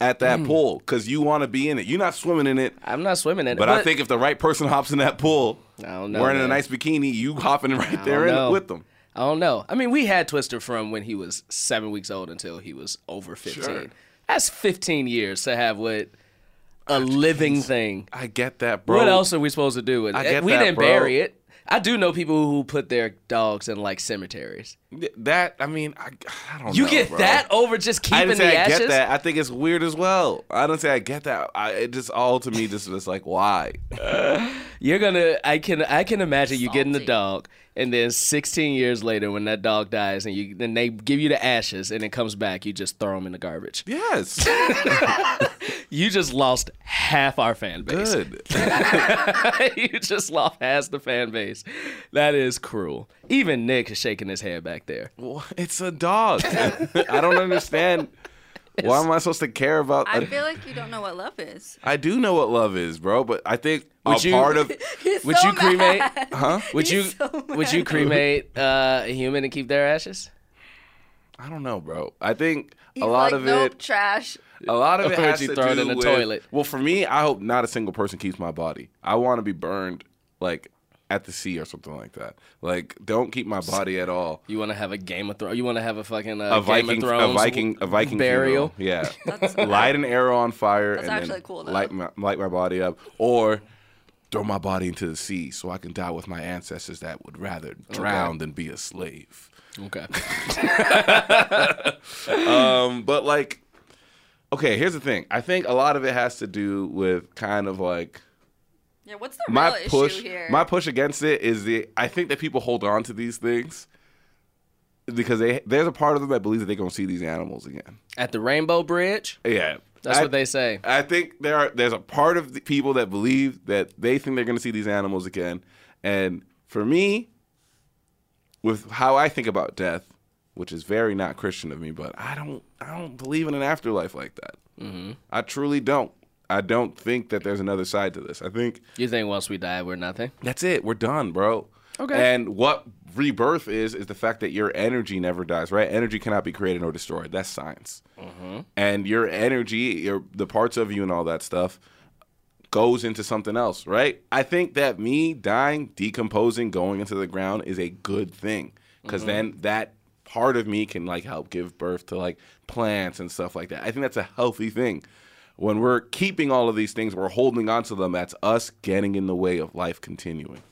C: at that
D: Mm.
C: pool because you want to be in it. You're not swimming in it.
D: I'm not swimming in it.
C: But, I think if the right person hops in that pool,
D: I don't know,
C: wearing
D: man.
C: a nice bikini, you hopping right there
D: don't
C: in
D: know.
C: it with them.
D: I don't know. I mean, we had Twister from when he was seven weeks old until he was over 15.
C: Sure.
D: That's 15 years to have what a living thing.
C: I get that, bro.
D: What else are we supposed to do with it?
C: I get
D: we
C: that,
D: didn't
C: bro.
D: bury it. I do know people who put their dogs in like cemeteries.
C: That I mean, I, I don't.
D: You
C: know,
D: get
C: bro.
D: that over just
C: I
D: keeping
C: didn't say
D: the
C: I
D: ashes?
C: get that. I think it's weird as well. I don't say I get that. I, it just all to me just was like, why?
D: You're gonna. I can. I can imagine you getting the
E: Salty.
D: dog, and then 16 years later, when that dog dies, and you then they give you the ashes, and it comes back, you just throw them in the garbage.
C: Yes,
D: You just lost half our fan base.
C: good.
D: you just lost half the fan base. That is cruel. Even Nick is shaking his head back there.
C: Well, It's a dog. I don't understand. Why am I supposed to care about?
E: I
C: I
E: feel like you don't know what love is.
C: do know what love is, bro, but I think
D: Would
C: a
D: you-
C: part of
E: He's
D: Would
E: so
D: you
E: mad.
D: cremate?
C: huh?
D: Would you?
E: so
D: would you
E: mad.
D: cremate uh, a human and keep their ashes?
C: I don't know, bro. I think
E: He's
C: a lot
E: like,
C: of
E: nope,
C: it,
E: trash.
C: a lot of it
D: Or
C: has
D: you
C: to
D: throw it
C: do
D: in the
C: with-
D: toilet.
C: Well, for me, I hope not a single person keeps my body. I want to be burned like at the sea or something like that. Like, don't keep my body at all.
D: You want to have a Game of Thrones? You want to have a fucking uh,
C: A
D: Game
C: Viking,
D: of
C: a
D: Thrones
C: Viking, a Viking
D: burial?
C: funeral. Yeah,
E: That's-
C: light an arrow on fire and
E: actually
C: then
E: cool, though.
C: light my light my body up, or throw my body into the sea so I can die with my ancestors that would rather drown than be a slave.
D: Okay.
C: Um, but like, okay, here's the thing. I think a lot of it has to do with kind of like
E: Yeah, what's the
C: my
E: real
C: push.
E: issue here?
C: My push against it is the I think that people hold on to these things because they there's a part of them that believes that they're gonna see these animals again.
D: At the Rainbow Bridge.
C: Yeah,
D: That's
C: I-
D: what they say.
C: I think there are there's a part of the people that believe that they think they're going to see these animals again. And for me, with how I think about death, which is very not Christian of me, but I don't I don't believe in an afterlife like that.
D: Mm-hmm.
C: I truly don't. I don't think that there's another side to this. I think
D: You think once we die, we're nothing?
C: that's it. We're done, bro.
D: Okay.
C: And what rebirth is is the fact that your energy never dies, right? Energy cannot be created or destroyed. That's science. And your energy, your the parts of you and all that stuff goes into something else, right? I think that me dying, decomposing, going into the ground is a good thing because then that part of me can like help give birth to like plants and stuff like that. I think that's a healthy thing. When we're keeping all of these things, we're holding on to them. That's us getting in the way of life continuing.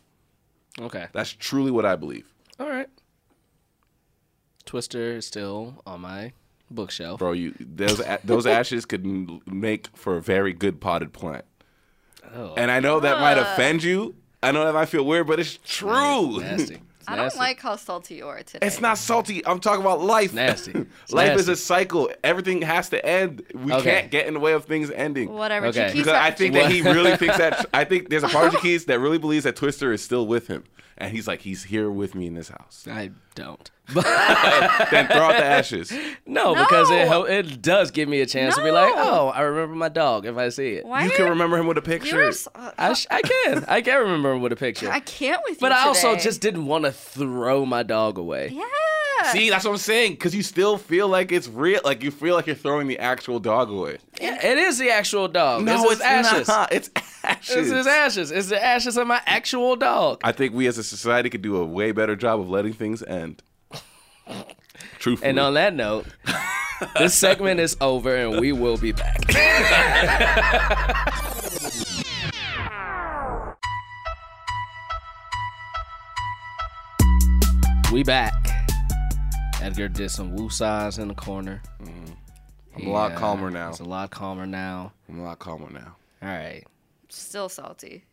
D: Okay.
C: That's truly what I believe.
D: All right. Twister is still on my bookshelf.
C: Bro, you those a- those ashes could m- make for a very good potted plant.
D: Oh.
C: And I know that might offend you. I know that might feel weird, but it's true.
D: Nasty. It's
E: I don't
D: nasty.
E: like how salty you are today.
C: It's not salty. I'm talking about life.
D: Nasty. It's
C: life is
D: nasty.
C: a cycle. Everything has to end. We
D: Okay.
C: can't get in the way of things ending.
E: Whatever.
D: Okay.
E: Jaquez
C: Because
E: got-
C: I think that he really thinks that I think there's a part of the keys that really believes that Twister is still with him, and he's like, he's here with me in this house.
D: I don't.
C: then throw out the ashes.
D: No, because it
E: No.
D: hel- it does give me a chance to be like, oh, I remember my dog if I see it.
E: Why
C: You
E: are
C: can remember him with a picture.
E: you're so- uh,
D: I, sh- I can. I can remember him with a picture.
E: I can't with you.
D: but I also
E: today.
D: just didn't want to throw my dog away.
E: yeah.
C: See, that's what I'm saying. Because you still feel like it's real. Like you feel like you're throwing the actual dog away.
D: Yeah, it is the actual dog. it's, his ashes.
C: not. It's ashes.
D: It's his ashes. It's the ashes of my actual dog.
C: I think we as a society could do a way better job of letting things end. Truthfully.
D: And on that note, this segment is over and we will be back. we back. Edgar did some woo sighs in the corner.
C: Mm-hmm. I'm a lot calmer now.
D: It's a lot calmer now.
C: I'm a lot calmer now.
D: All right.
E: Still salty.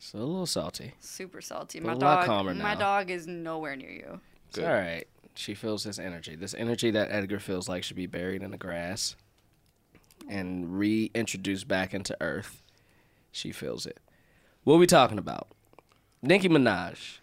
D: So a little salty.
E: Super salty. My
D: a lot
E: dog.
D: calmer now.
E: My dog is nowhere near you.
D: It's all right. She feels this energy. This energy that Edgar feels like should be buried in the grass and reintroduced back into Earth. She feels it. What are we talking about? Nicki Minaj.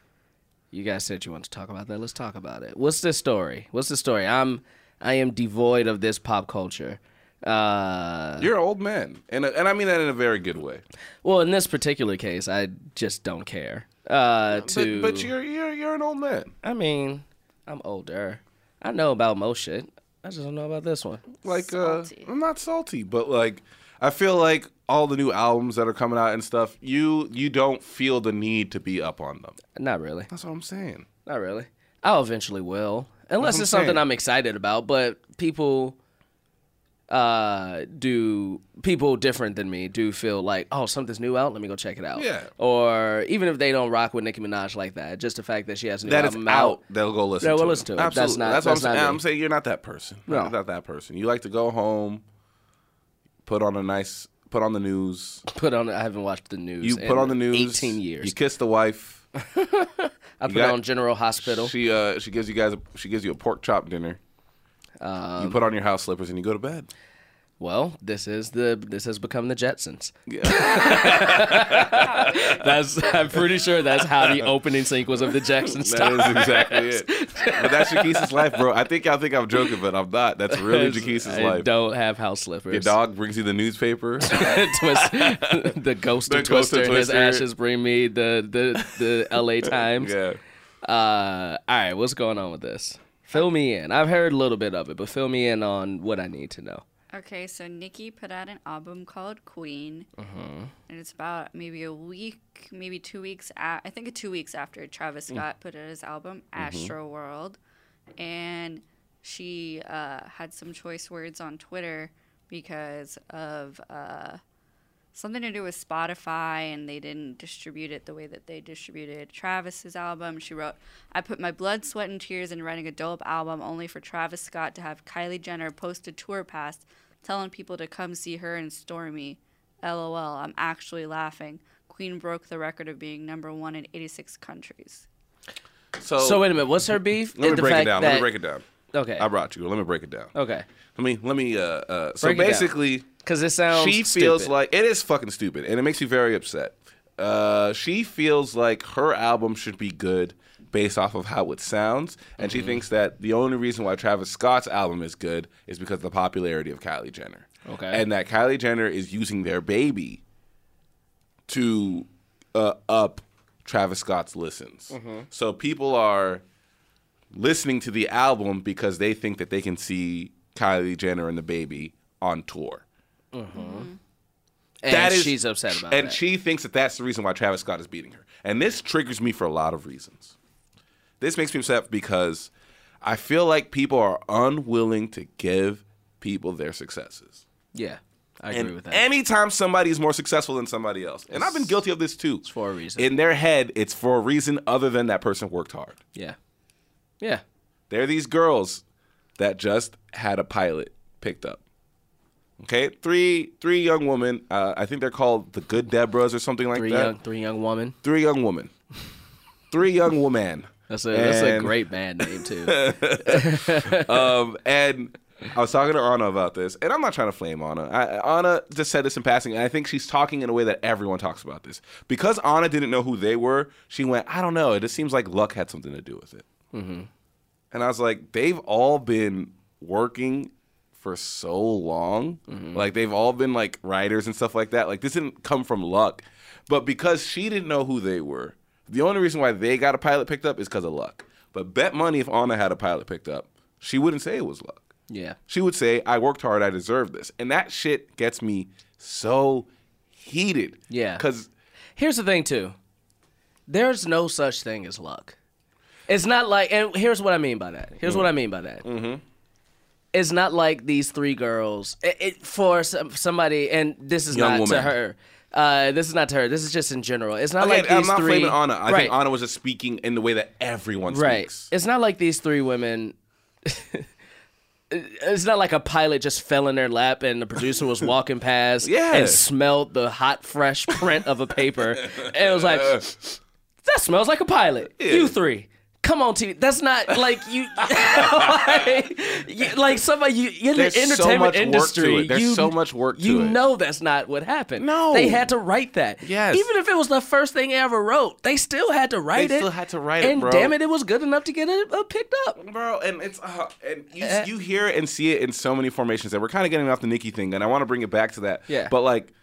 D: You guys said you want to talk about that. Let's talk about it. What's this story? What's the story? I'm I am devoid of this pop culture. Uh,
C: You're an old man, and and I mean that in a very good way.
D: well, in this particular case, I just don't care. Uh, to
C: But, but you're you're you're an old man.
D: I mean, I'm older. I know about most shit. I just don't know about this one.
C: Like uh,
E: Salty.
C: I'm not salty, but like I feel like all the new albums that are coming out and stuff, you you don't feel the need to be up on them.
D: Not really.
C: That's what I'm saying.
D: Not really. I eventually will, unless
C: what
D: it's
C: I'm
D: something
C: saying.
D: I'm excited about. But people, uh, do people different than me do feel like, oh, something's new out. Let me go check it out.
C: Yeah.
D: Or even if they don't rock with Nicki Minaj like that, just the fact that she has a new
C: that it's
D: album
C: out, they'll go listen.
D: Yeah,
C: to
D: we'll
C: it.
D: listen to it. That's not-
C: what
D: that's
C: I'm
D: not
C: saying.
D: me.
C: I'm saying you're not that person.
D: No.
C: You're not that person. You like to go home, put on a nice, put on the news.
D: Put on. I haven't watched the news.
C: You put
D: in
C: on the news.
D: Eighteen years.
C: You kiss the wife.
D: I put
C: got-
D: on General Hospital.
C: She uh she gives you guys a, she gives you a pork chop dinner.
D: Um,
C: you put on your house slippers and you go to bed.
D: well, this is the this has become the Jetsons.
C: Yeah.
D: That's I'm pretty sure that's how the opening sequence of the Jackson
C: that
D: started.
C: is exactly it. But that's Jaquisa's life, bro. I think y'all think I'm joking, but I'm not. That's really Jaquisa's
D: I
C: life.
D: don't have house slippers.
C: Your dog brings you the newspaper.
D: Twist- the ghost
C: The
D: of
C: ghost
D: Twister.
C: of
D: His
C: Twister.
D: ashes bring me the the the L.A. Times.
C: yeah.
D: Uh, all right, what's going on with this? Fill me in. I've heard a little bit of it, but fill me in on what I need to know.
E: Okay, so Nikki put out an album called Queen, and it's about maybe a week, maybe two weeks. A- I think two weeks after Travis Scott put out his album Astro World, and she uh, had some choice words on Twitter because of uh, something to do with Spotify, and they didn't distribute it the way that they distributed Travis's album. She wrote, "I put my blood, sweat, and tears in writing a dope album, only for Travis Scott to have Kylie Jenner post a tour pass, telling people to come see her and Stormy." LOL. I'm actually laughing. Queen broke the record of being number one in 86 countries.
C: So,
D: So wait a minute. What's her beef?
C: Oh. let
D: Is
C: me
D: the
C: break it
D: fact
C: down. Let me
D: that-
C: break it down.
D: Okay.
C: I brought you. Let me break it down.
D: Okay.
C: Let me let me. Uh, uh, so
D: Break it down.
C: basically,
D: Because it sounds.
C: she feels
D: stupid.
C: like it is fucking stupid, and it makes me very upset. Uh, she feels like her album should be good based off of how it sounds, and she thinks that the only reason why Travis Scott's album is good is because of the popularity of Kylie Jenner.
D: Okay.
C: and that Kylie Jenner is using their baby to uh, up Travis Scott's listens. So people are listening to the album because they think that they can see Kylie Jenner and the baby on tour.
D: and
C: That is-
D: she's upset about
C: and
D: that.
C: she thinks that that's the reason why Travis Scott is beating her. And this triggers me for a lot of reasons. This makes me upset because I feel like people are unwilling to give people their successes.
D: yeah, I agree
C: And
D: with that.
C: anytime somebody is more successful than somebody else, and I've been guilty of this too. It's
D: for a reason.
C: In their head, it's for a reason other than that person worked hard.
D: yeah, yeah.
C: There are these girls that just had a pilot picked up. Okay, three three young women. Uh, I think they're called the Good Debras or something like
D: Three
C: that.
D: young, three young woman.
C: Three young women. three young woman.
D: That's a that's a
C: And-
D: great band name too.
C: Um, and I was talking to Anna about this, and I'm not trying to flame Anna. I, Anna just said this in passing, and I think she's talking in a way that everyone talks about this. Because Anna didn't know who they were, she went, I don't know. It just seems like luck had something to do with it. And I was like, they've all been working for so long.
D: Mm-hmm.
C: Like, they've all been like writers and stuff like that. Like, this didn't come from luck. But because she didn't know who they were, the only reason why they got a pilot picked up is because of luck. But bet money if Anna had a pilot picked up, she wouldn't say it was luck.
D: yeah,
C: She would say, I worked hard, I deserve this. And that shit gets me so heated.
D: Yeah.
C: Because
D: Here's the thing, too. There's no such thing as luck. It's not like, and here's what I mean by that. Here's what I mean by that. Mm-hmm. It's not like these three girls. It, it for some, somebody, and this is
C: Young
D: not to
C: woman.
D: her. Uh, this is not to her. This is just in general. It's not
C: again,
D: like these
C: I'm not
D: three.
C: flaming Anna. I
D: right,
C: think Anna was just speaking in the way that everyone
D: right.
C: speaks.
D: It's not like these three women. it's not like a pilot just fell in their lap and the producer was walking past
C: Yeah.
D: and smelled the hot fresh print of a paper and was like, that smells like a pilot. You three. Come on, TV. That's not like you, like, you- like somebody you, you're in
C: There's
D: the
C: so
D: entertainment
C: much work to
D: industry.
C: it. There's
D: you,
C: so much work to
D: You
C: it.
D: know that's not what happened.
C: No.
D: they had to write that.
C: Yes.
D: even if it was the first thing they ever wrote, they still had to write
C: They
D: it.
C: still had to write it,
D: And
C: bro.
D: damn it, it was good enough to get it uh, picked up.
C: bro. And it's uh, and you you hear it and see it in so many formations that we're kind of getting off the Nikki thing, and I want to bring it back to that.
D: Yeah.
C: But like,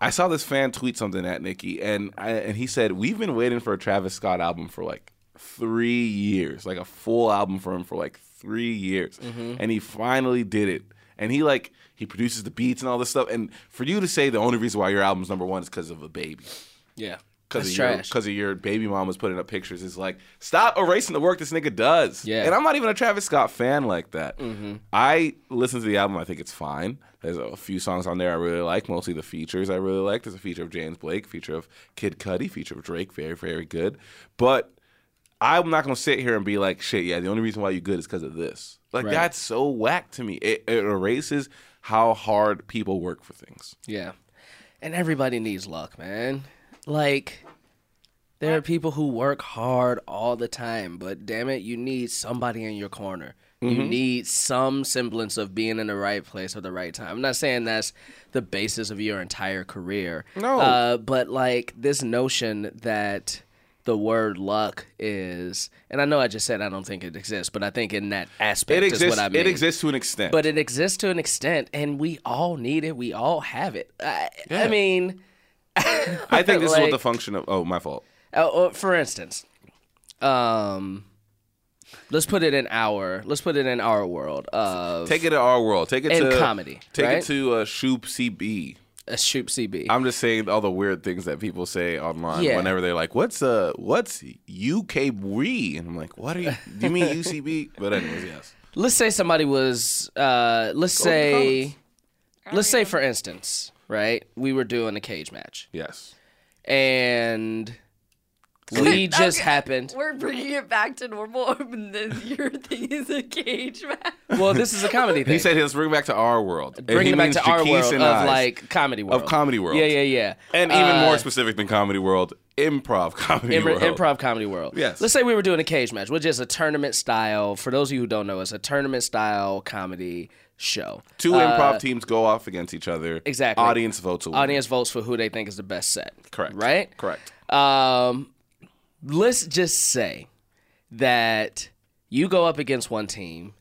C: I saw this fan tweet something at Nikki, and I, and he said we've been waiting for a Travis Scott album for like three years, like a full album for him for like three years, and he finally did it. And he like he produces the beats and all this stuff. And for you to say the only reason why your album's number one is because of a baby
D: Yeah,
C: because of, your- 'cause of your baby mama's putting up pictures is like stop erasing the work this nigga does
D: Yeah. Mm-hmm.
C: and i'm not even a travis scott fan like that i listen to the album i think it's fine there's a few songs on there i really like mostly the features i really like there's a feature of james blake feature of kid cudi feature of drake very very good but i'm not gonna sit here and be like shit yeah the only reason why you good is because of this like
D: Right.
C: that's so whack to me it, it erases how hard people work for things
D: Yeah. And everybody needs luck, man. Like there are people who work hard all the time, but damn it, you need somebody in your corner.
C: Mm-hmm.
D: You need some semblance of being in the right place at the right time. I'm not saying that's the basis of your entire career.
C: No.
D: Uh, but like this notion that the word luck is, and I know I just said I don't think it exists, but I think in that aspect
C: it
D: is
C: exists
D: what I mean.
C: it exists to an extent
D: But it exists to an extent, and we all need it. We all have it. I, I mean,
C: I think this is what the
D: Like-
C: function of. Oh, my fault.
D: uh, uh, for instance, uh, um, let's put it in our let's put it in our world of
C: Take it to our world. Take it
D: And
C: to
D: comedy,
C: Take
D: right?
C: it to uh, Shoop CB.
D: a Shoop CB.
C: I'm just saying all the weird things that people say online
D: Yeah.
C: whenever they're like, "What's uh, what's UKB?" And I'm like, "What are you? Do you mean UCB?" But anyways, yes.
D: let's say somebody was uh let's say let's say for instance, right? We were doing a cage match
C: Yes.
D: and we just
E: Okay.
D: happened.
E: We're bringing it back to normal. And then your thing is a cage match.
D: Well, this is a comedy thing.
C: He said he'll bring it back to our world. And
D: Bring
C: he
D: it back
C: means
D: to our
C: Jaquise
D: world of
C: and I's.
D: like comedy world.
C: comedy world.
D: Yeah, yeah, yeah.
C: and even
D: Uh,
C: more specific than comedy world, improv comedy
D: Im-
C: world.
D: improv comedy world.
C: Yes.
D: Let's say we were doing a cage match, which is a tournament style. For those of you who don't know, it's a tournament style comedy show.
C: Two improv teams go off against each other.
D: uh, Exactly.
C: Audience votes. will win.
D: Audience votes for who they think is the best set.
C: Correct.
D: Right.
C: Correct.
D: Um, let's just say that you go up against one team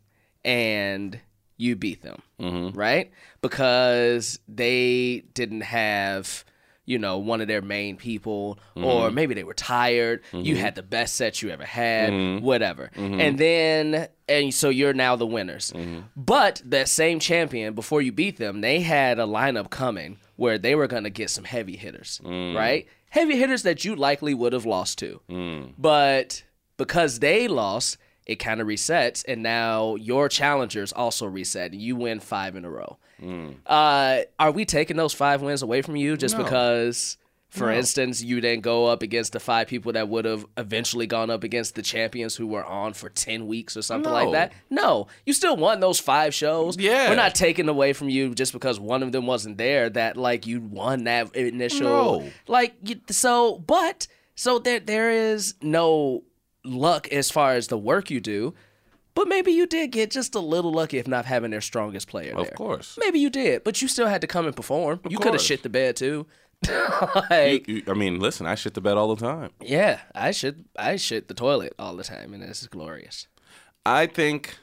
D: and you beat them, right? Because they didn't have, you know, one of their main people, or maybe they were tired. You had the best set you ever had, whatever. And then, and so you're now the winners. But that same champion, before you beat them, they had a lineup coming where they were going to get some heavy hitters, right? Heavy hitters that you likely would have lost to. But because they lost, it kind of resets, and now your challengers also reset, and you win five in a row.
C: Mm.
D: Uh, are we taking those five wins away from you just because, for instance, you didn't go up against the five people that would have eventually gone up against the champions who were on for ten weeks or something like
C: No.
D: that? No, you still won those five shows.
C: Yeah.
D: we're not taking away from you just because one of them wasn't there. That like you won that initial
C: No.
D: like you- so but so there there is no luck as far as the work you do but maybe you did get just a little lucky if not having their strongest player
C: Of
D: there.
C: course.
D: maybe you did but you still had to come and perform you could have
C: course.
D: shit the bed too like
C: You- I mean, listen, I shit the bed all the time.
D: yeah i should i shit the toilet all the time and it's glorious
C: I think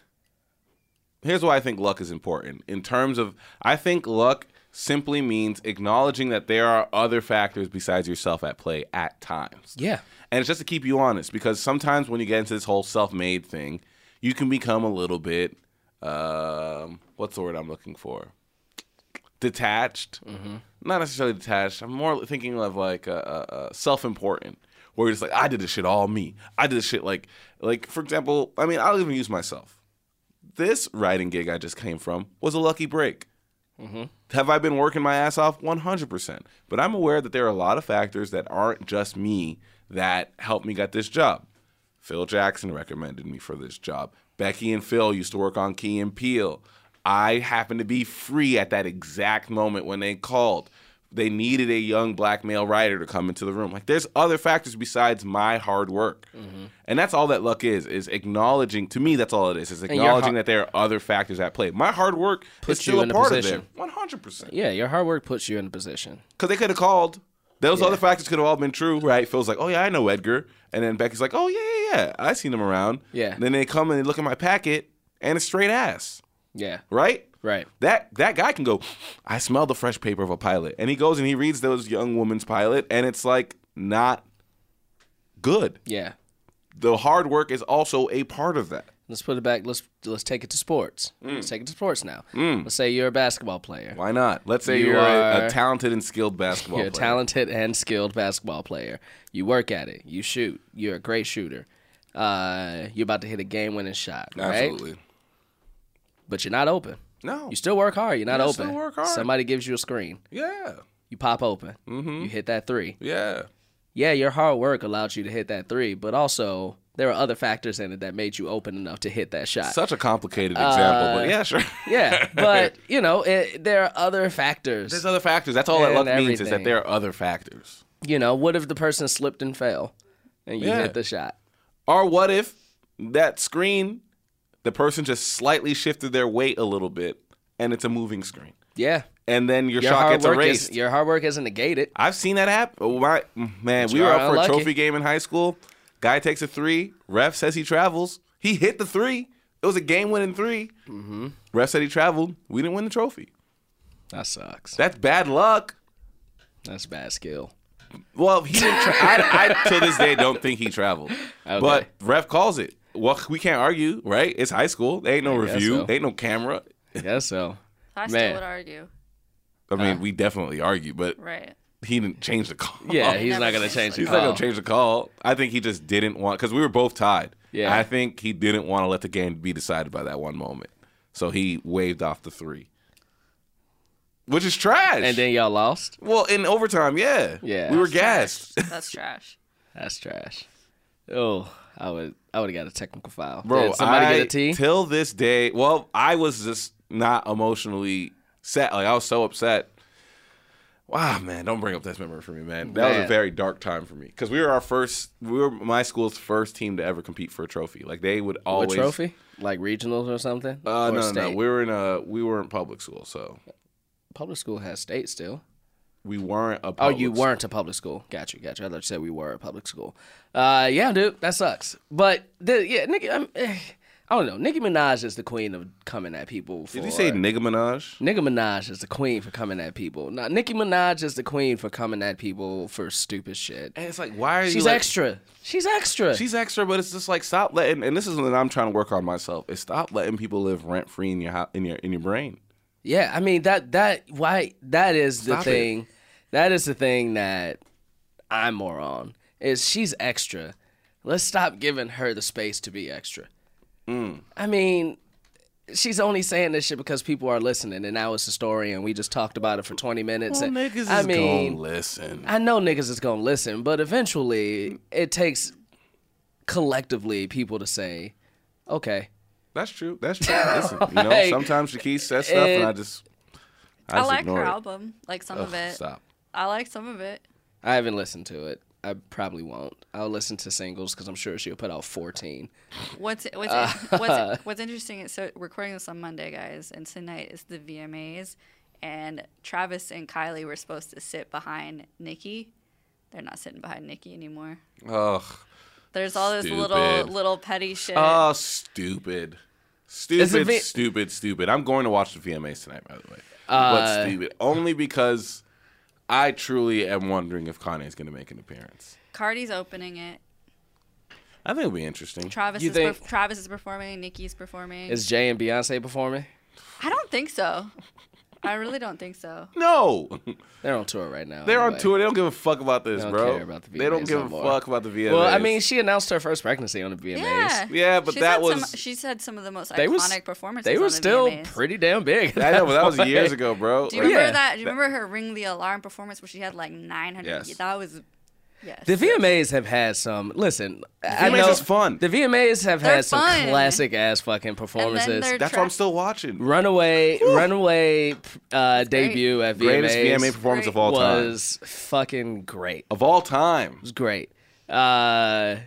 C: here's why I think luck is important. In terms of I think luck simply means acknowledging that there are other factors besides yourself at play at times.
D: yeah
C: And it's just to keep you honest because sometimes when you get into this whole self-made thing, you can become a little bit um what's the word I'm looking for? Detached. Not necessarily detached. I'm more thinking of like uh, uh, uh, self-important where you're just like I did this shit all me. I did this shit like like for example, I mean, I'll even use myself. This writing gig I just came from was a lucky break. Have I been working my ass off? 100%. But I'm aware that there are a lot of factors that aren't just me that helped me get this job. Phil Jackson recommended me for this job. Becky and Phil used to work on Key and Peele. I happened to be free at that exact moment when they called. They needed a young black male writer to come into the room. Like there's other factors besides my hard work.
D: Mm-hmm.
C: And that's all that luck is, is acknowledging to me that's all it is, is
D: your
C: acknowledging
D: har-
C: that there are other factors at play. My hard work
D: Puts
C: is still
D: you
C: a
D: in a
C: part
D: position.
C: of there. One hundred percent.
D: yeah your hard work puts you in a position
C: Because they could have called. Those other factors could have all been true, right? Phil's like, "Oh yeah, I know Edgar," and then Becky's like, "Oh yeah, yeah, yeah, I seen him around."
D: Yeah.
C: then they come and they look at my packet, and it's straight ass,
D: yeah
C: right?
D: right
C: That that guy can go. I smell the fresh paper of a pilot, and he goes and he reads those young woman's pilot, and it's like not good.
D: yeah
C: The hard work is also a part of that.
D: let's put it back let's let's take it to sports
C: Mm.
D: let's take it to sports now let's say you're a basketball player
C: Why not? Let's say
D: You
C: you are a,
D: are-
C: a talented and skilled basketball
D: You're a
C: player.
D: talented and skilled basketball player. You work at it. You shoot. You're a great shooter. Uh, you're about to hit a game-winning shot, right?
C: Absolutely.
D: But you're not open.
C: No.
D: You still work hard. You're not
C: You
D: open.
C: still work hard.
D: Somebody gives you a screen.
C: yeah.
D: You pop open.
C: Mm-hmm.
D: You hit that three.
C: Yeah.
D: Yeah, your hard work allowed you to hit that three, but also there are other factors in it that made you open enough to hit that shot.
C: Such a complicated example, but yeah, sure.
D: Uh, yeah, but you know it, there are other factors.
C: There's other factors. That's all that
D: And
C: luck means is
D: everything.
C: that there are other factors.
D: you know, what if the person slipped and fell, and you
C: Yeah.
D: hit the shot?
C: Or what if that screen, the person just slightly shifted their weight a little bit, and it's a moving screen,
D: Yeah,
C: and then your,
D: your
C: shot
D: hard
C: gets
D: work
C: erased.
D: is your hard work isn't negated.
C: I've seen that happen. Oh, my man, we
D: You're
C: were up for
D: unlucky.
C: a trophy game in high school. Guy takes a three. Ref says he travels. He hit the three. It was a game-winning 3
D: Mm-hmm.
C: Ref said he traveled. We didn't win the trophy.
D: That sucks.
C: That's bad luck.
D: That's bad skill.
C: Well, he didn't. Tra- I, I to this day don't think he traveled, but ref calls it. well, we can't argue, right? It's high school. There ain't no
D: I guess
C: review.
D: so.
C: There ain't no camera.
D: I guess so.
E: I
D: Man.
E: still would argue.
C: I
D: Uh-huh.
C: mean, we definitely argue, but
E: Right.
C: he didn't change the call.
D: Yeah, Oh. he's
E: never
D: not gonna change Oh.
E: changed
D: the
E: the
C: He's
D: call.
C: not gonna change the call. I think he just didn't want because we were both tied.
D: Yeah.
C: I think he didn't want to let the game be decided by that one moment, so he waved off the three, which is trash.
D: And then y'all lost.
C: well, in overtime, yeah,
D: Yeah.
C: we were
D: That's
C: gassed,
E: That's trash.
D: That's trash. Oh, I would I would have got a technical foul.
C: bro.
D: Did somebody
C: I,
D: get a T?
C: till this day. Well, I was just not emotionally set. Like I was so upset. Wow, man, don't bring up this memory for me, man. That was a
D: Man.
C: very dark time for me because we were our first, we were my school's first team to ever compete for a trophy. Like they would
D: a
C: always
D: trophy? Like regionals or something?
C: Uh,
D: or
C: no, no,
D: state?
C: no. We were in a we were in public school, so
D: public school has state still.
C: we weren't a.
D: Oh,
C: Public
D: you weren't a public school. Got you, got you. I thought you said we were a public school. Uh, yeah, dude, that sucks. But the, yeah, Nicki, I'm, eh, I don't know. Nicki Minaj is the queen of coming at people. For,
C: Did you say nigga Minaj?
D: Nicki Minaj is the queen for coming at people? Now, Nicki Minaj is the queen for coming at people for stupid shit.
C: And it's like, why are you?
D: She's
C: like-
D: extra. She's extra.
C: She's extra, but it's just like stop letting. And this is something I'm trying to work on myself. Is stop letting people live rent free in your hou- in your in your brain.
D: Yeah, I mean that that why that is the
C: Stop it.
D: thing. That is the thing that I'm more on is she's extra. Let's stop giving her the space to be extra.
C: Mm.
D: I mean, she's only saying this shit because people are listening, and now it's a story, and we just talked about it for 20 minutes. and, I mean,
C: listen.
D: I know niggas is gonna listen, but eventually it takes collectively people to say, okay.
C: That's true. That's true. Listen, you know,
D: Like,
C: sometimes Shaquille says stuff, and I just I,
E: I,
C: just
E: like
C: ignore
E: her
C: it.
E: album, like some
C: Ugh,
E: of it.
C: Stop.
E: I like some of it.
D: I haven't listened to it. I probably won't. I'll listen to singles because I'm sure she'll put out 14.
E: What's what's
C: Ah.
E: what's, what's interesting is so recording this on Monday, guys, and tonight is the VMAs, and Travis and Kylie were supposed to sit behind Nikki. They're not sitting behind Nikki anymore.
C: Ugh.
E: There's all this little
C: Stupid.
E: little petty shit.
C: Oh, stupid. Stupid,
D: vi-
C: stupid, stupid. I'm going to watch the VMAs tonight, by the way.
D: Uh,
C: but stupid. Only because I truly am wondering if Kanye's going to make an appearance.
E: Cardi's opening it.
C: I think it'll be interesting.
E: Travis
D: You
E: is
D: think-
E: perf- Travis is performing. Nikki's performing.
D: Is Jay and Beyonce performing?
E: I don't think so. I really don't think so.
C: No,
D: They're on tour right now.
C: they're on
D: anyway.
C: tour. They don't give a fuck about this,
D: They don't
C: bro.
D: care about the
C: they don't
D: VMAs
C: give
D: no
C: a
D: more.
C: fuck about the VMAs.
D: Well, I mean, she announced her first pregnancy on the VMAs.
E: Yeah.
C: Yeah, but
E: She's
C: that
E: had
C: was-
E: some, she's had some of the most
D: They
E: iconic
D: was-
E: performances.
D: They
E: on
D: were
E: the
D: still
E: VMAs.
D: pretty damn big. at
C: I know, but that was
D: point.
C: years ago, bro.
E: Do you remember
D: Yeah.
E: that? Do you remember her ring the alarm performance where she had like 900?
C: Yes.
E: That was yes.
D: The VMAs have had some. Listen, I
C: VMAs
D: know
C: is fun.
D: The VMAs have
E: They're
D: had some
E: fun.
D: classic ass fucking performances.
E: they're-
C: That's why I'm still watching.
D: Runaway, Runaway uh, debut at VMAs
C: Greatest VMA performance of all time.
D: was fucking great.
C: Of all time.
D: was great. Uh,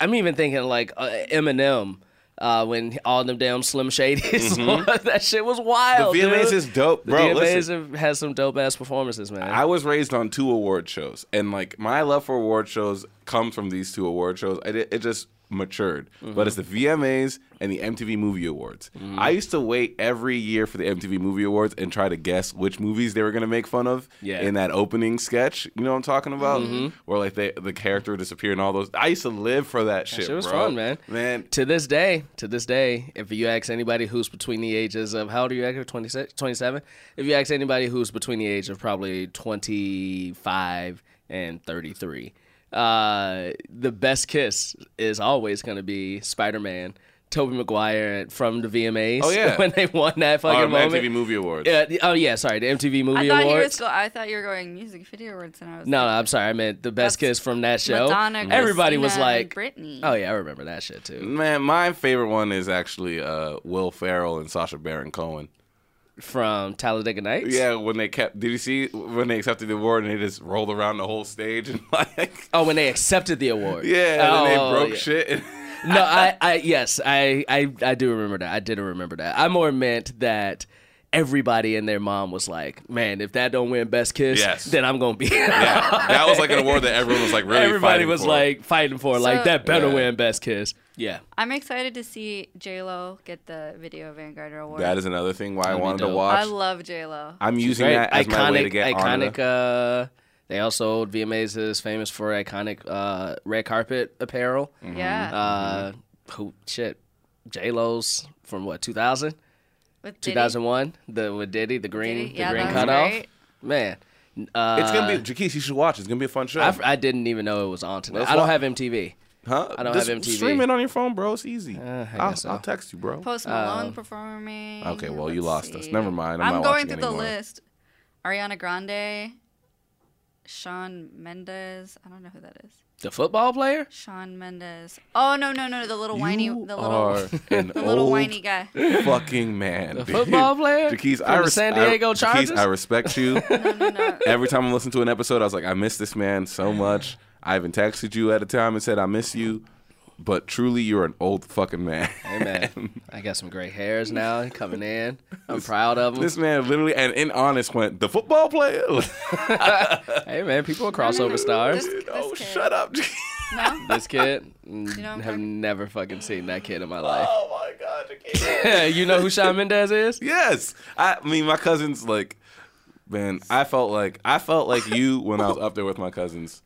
D: I'm even thinking like uh, Eminem uh, when all them damn Slim Shadys, that shit was
C: Mm-hmm. The
D: wild.
C: VMAs
D: dude.
C: is dope,
D: The
C: bro.
D: VMAs
C: listen.
D: have had some dope ass performances, man.
C: I was raised on two award shows, and like my love for award shows comes from these two award shows. I did, it just matured,
D: Mm-hmm.
C: but it's the VMAs and the MTV Movie Awards. I used to wait every year for the MTV Movie Awards and try to guess which movies they were gonna make fun of
D: Yeah. Mm-hmm.
C: in that opening sketch. You know what I'm talking about? Where like they, the character would disappear and all those. I used to live for that shit.
D: shit was
C: bro.
D: fun, man.
C: Man,
D: to this day, to this day, if you ask anybody who's between the ages of how old are you at 26, 27? If you ask anybody who's between the age of probably 25 and 33, uh, the best kiss is always going to be Spider Man, Tobey Maguire from the VMAs.
C: Oh, yeah.
D: when they won that fucking
C: oh,
D: moment.
C: MTV Movie Awards.
D: Yeah, the- oh yeah, sorry, the MTV
E: I
D: Movie
E: thought you was
D: Awards.
E: go- I thought you were going music video awards, and I was
D: No, no,
E: like,
D: I'm sorry. I meant the best kiss
E: That's
D: from that show.
C: Mm-hmm.
E: Madonna,
D: Everybody was
E: Christina, and
D: like,
E: Britney.
D: "Oh yeah, I remember that shit too."
C: Man, my favorite one is actually uh, Will Ferrell and Sasha Baron Cohen.
D: From Talladega Nights.
C: Yeah, when they kept. Did you see when they accepted the award and they just rolled around the whole stage and like.
D: Oh, when they accepted the award.
C: Yeah, and then
D: Oh,
C: they broke
D: yeah.
C: shit.
D: No, I, I, yes, I, I, I do remember that. I did remember that. I more meant that everybody and their mom was like, "Man, if that don't win Best Kiss,
C: Yes.
D: then I'm gonna be."
C: yeah, that was like an award that everyone was like really.
D: everybody
C: fighting
D: was
C: for.
D: like fighting for, like
E: So-
D: that better
C: Yeah.
D: win Best Kiss. Yeah,
E: I'm excited to see J Lo get the Video Vanguard Award.
C: That is another thing why I
D: That'd be
C: wanted to
D: dope.
E: I
C: watch.
E: love J Lo.
C: I'm using that as
D: iconic,
C: my way to get iconic.
D: iconic. Uh, they also
C: Mm. Mm-hmm.
D: VMAs is famous for iconic uh, red carpet apparel.
E: Yeah.
D: Uh, who shit J Lo's from what 2000,
E: With Diddy.
D: 2001, the with Diddy, the green,
E: Diddy?
D: the
E: Yeah,
D: green
E: that was
D: cutoff.
E: great.
D: Man, uh,
C: It's gonna be Jaquise. You should watch. It's gonna be a fun show.
D: I, f- I didn't even know it was on tonight.
C: Let's
D: I don't
C: wa-
D: have MTV.
C: huh?
D: I don't
C: Just
D: have MTV.
C: Stream it on your phone, bro. It's easy.
D: Uh, I
C: I'll,
D: guess
C: I'll
D: so.
C: text you, bro.
E: Post Malone performing.
C: uh, Okay, well, you
E: Let's
C: lost us. Never mind. I'm
E: I'm
C: not
E: going
C: watching
E: through
C: anymore.
E: the list. Ariana Grande, Sean Mendez. I don't know who that is.
D: The football player?
E: Sean Mendez. Oh no no no the little whiny
C: you
E: the
C: are
E: little
C: an
E: the little
C: old
E: whiny guy.
C: fucking man. dude.
D: football player?
C: Jaquise,
D: From
C: I
D: the
C: res-
D: San
C: I-
D: Diego
C: Jaquise,
D: Chargers?
C: I respect you.
E: No no no.
C: Every time I listen to an episode, I was like, I miss this man so much. I even texted you at a time and said, I miss you. But truly, you're an old fucking man.
D: Hey man, I got some gray hairs now coming in. I'm proud of them.
C: this man literally, and in honest, went, the football player?
D: Hey man, people are crossover stars.
E: This, this
C: oh,
E: kid.
C: shut up. Jaquise.
E: No.
D: This kid,
E: know
D: mm,
E: him,
D: have
E: Kirk?
D: never fucking seen that kid in my life.
C: oh, my God. Jaquise.
D: you know who Shawn Mendez is?
C: Yes. I, I mean, my cousins, like, man, I felt like, I felt like you when I was up there with my cousins.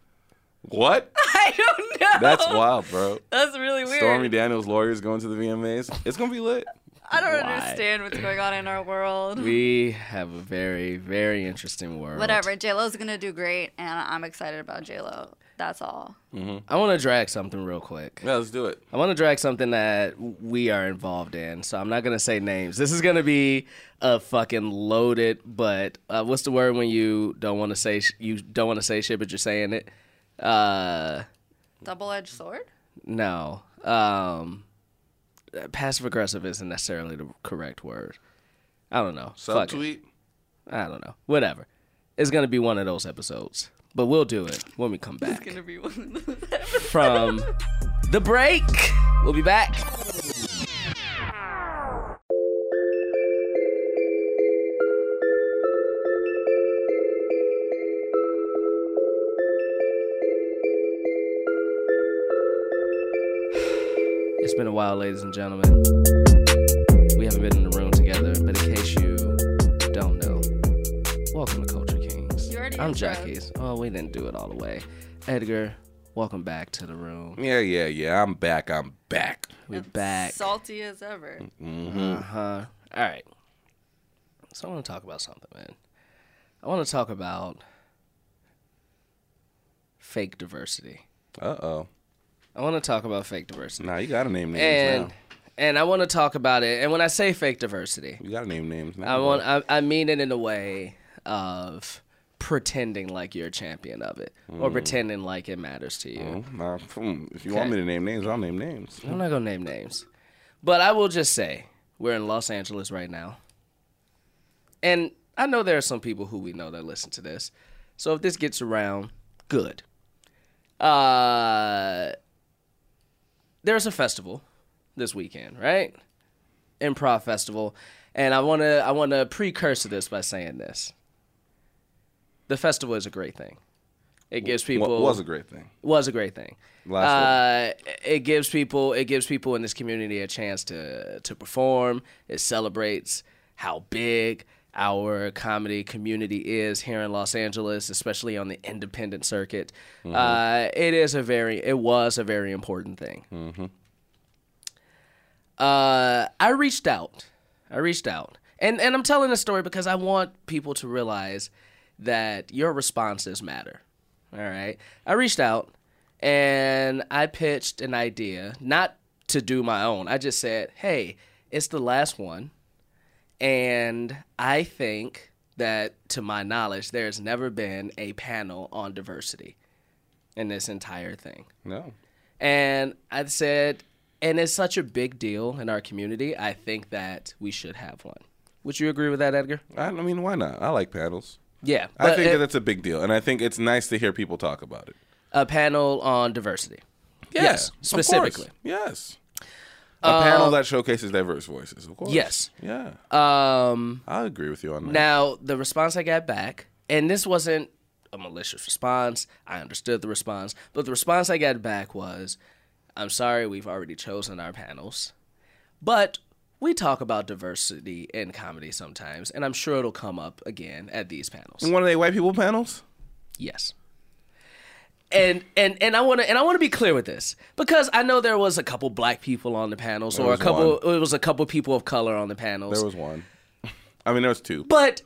C: What?
E: I don't know.
C: That's wild, bro.
E: That's really weird.
C: Stormy Daniels' lawyers going to the VMAs. It's gonna be lit.
E: I don't
D: Why?
E: understand what's going on in our world.
D: We have a very, very interesting world.
E: Whatever. J Lo's gonna do great, and I'm excited about J Lo. That's all.
D: I want to drag something real quick.
C: Yeah, let's do it.
D: I want to drag something that we are involved in, so I'm not gonna say names. This is gonna be a fucking loaded, but uh, what's the word when you don't want to say sh- you don't want to say shit, but you're saying it? Uh,
E: Double-edged sword.
D: no. Um, passive aggressive isn't necessarily the correct word. I don't know. Fuck it.
C: Subtweet.
D: I don't know. Whatever. It's gonna be one of those episodes, but we'll do it when we come back
E: Gonna be one of those.
D: from the break. We'll be back. It's been a while, ladies and gentlemen. We haven't been in the room together, but in case you don't know, welcome to Culture Kings.
E: You already
D: I'm
E: introed.
D: Jackie's. Oh, we didn't do it all the way. Edgar, welcome back to the room.
C: Yeah, yeah, yeah. I'm back. I'm back.
D: We're back.
E: Salty as ever.
C: Mm.
D: Uh, all right. So I want to talk about something, man. I want to talk about fake diversity.
C: Uh oh.
D: I want to talk about fake diversity.
C: Nah, you gotta name names
D: and
C: now.
D: and I want to talk about it. And when I say fake diversity,
C: You gotta name names now.
D: I want I, I mean it in a way of pretending like you're a champion of it
C: Mm.
D: or pretending like it matters to you.
C: bro. Nah, hmm, if you want me to name names, I'll name names.
D: I'm not gonna name names, but I will just say we're in Los Angeles right now, and I know there are some people who we know that listen to this. So if this gets around, good. Uh, there's a festival this weekend, right? Improv festival, and I wanna I wanna precursor this by saying this. The festival is a great thing. It gives people
C: What was a great thing.
D: was a great thing.
C: Last
D: uh, it gives people it gives people in this community a chance to to perform. It celebrates how big our comedy community is here in Los Angeles, especially on the independent circuit. Uh, it is a very it was a very important thing. Uh, I reached out. I reached out, and and I'm telling this story because I want people to realize that your responses matter. All right. I reached out and I pitched an idea, not to do my own. I just said, hey, it's the last one. And I think that, to my knowledge, there's never been a panel on diversity in this entire thing.
C: No.
D: And I said, and it's such a big deal in our community. I think that we should have one. Would you agree with that, Edgar?
C: I, I mean, why not? I like panels.
D: Yeah.
C: I
D: but
C: think
D: a-
C: that that's a big deal, and I think it's nice to hear people talk about it.
D: a panel on diversity.
C: Yeah,
D: Yes,
C: of course.
D: specifically. Uh,
C: Yes. A panel that showcases diverse voices, of course.
D: Yes.
C: Yeah.
D: Um,
C: I agree with you on that.
D: Now, the response I got back, and this wasn't a malicious response, I understood the response, but the response I got back was I'm sorry, we've already chosen our panels, but we talk about diversity in comedy sometimes, and I'm sure it'll come up again at these panels.
C: One of the white people panels?
D: Yes. and and and I want to and I want to be clear with this because I know there was a couple black people on the panels or a
C: was
D: couple it was a couple people of color on the panels.
C: There was one. I mean, there was two.
D: But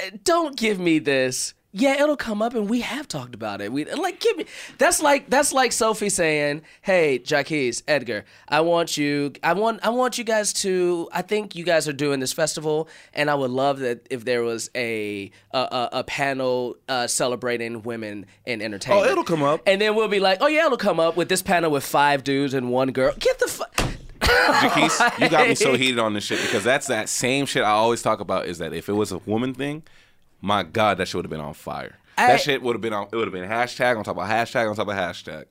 D: uh, don't give me this. Yeah, it'll come up, and we have talked about it. We like give me. That's like that's like Sophie saying, "Hey, Jackie's Edgar, I want you. I want I want you guys to. I think you guys are doing this festival, and I would love that if there was a a, a, a panel uh, celebrating women in entertainment.
C: Oh, it'll come up.
D: and then we'll be like, oh yeah, it'll come up with this panel with five dudes and one girl. Get the fuck.
C: Jaquise, you got me so heated on this shit because that's that same shit I always talk about is that if it was a woman thing, my God, that shit would have been on fire.
D: I-
C: that shit would have been on. It would have been hashtag on top of hashtag on top of hashtag.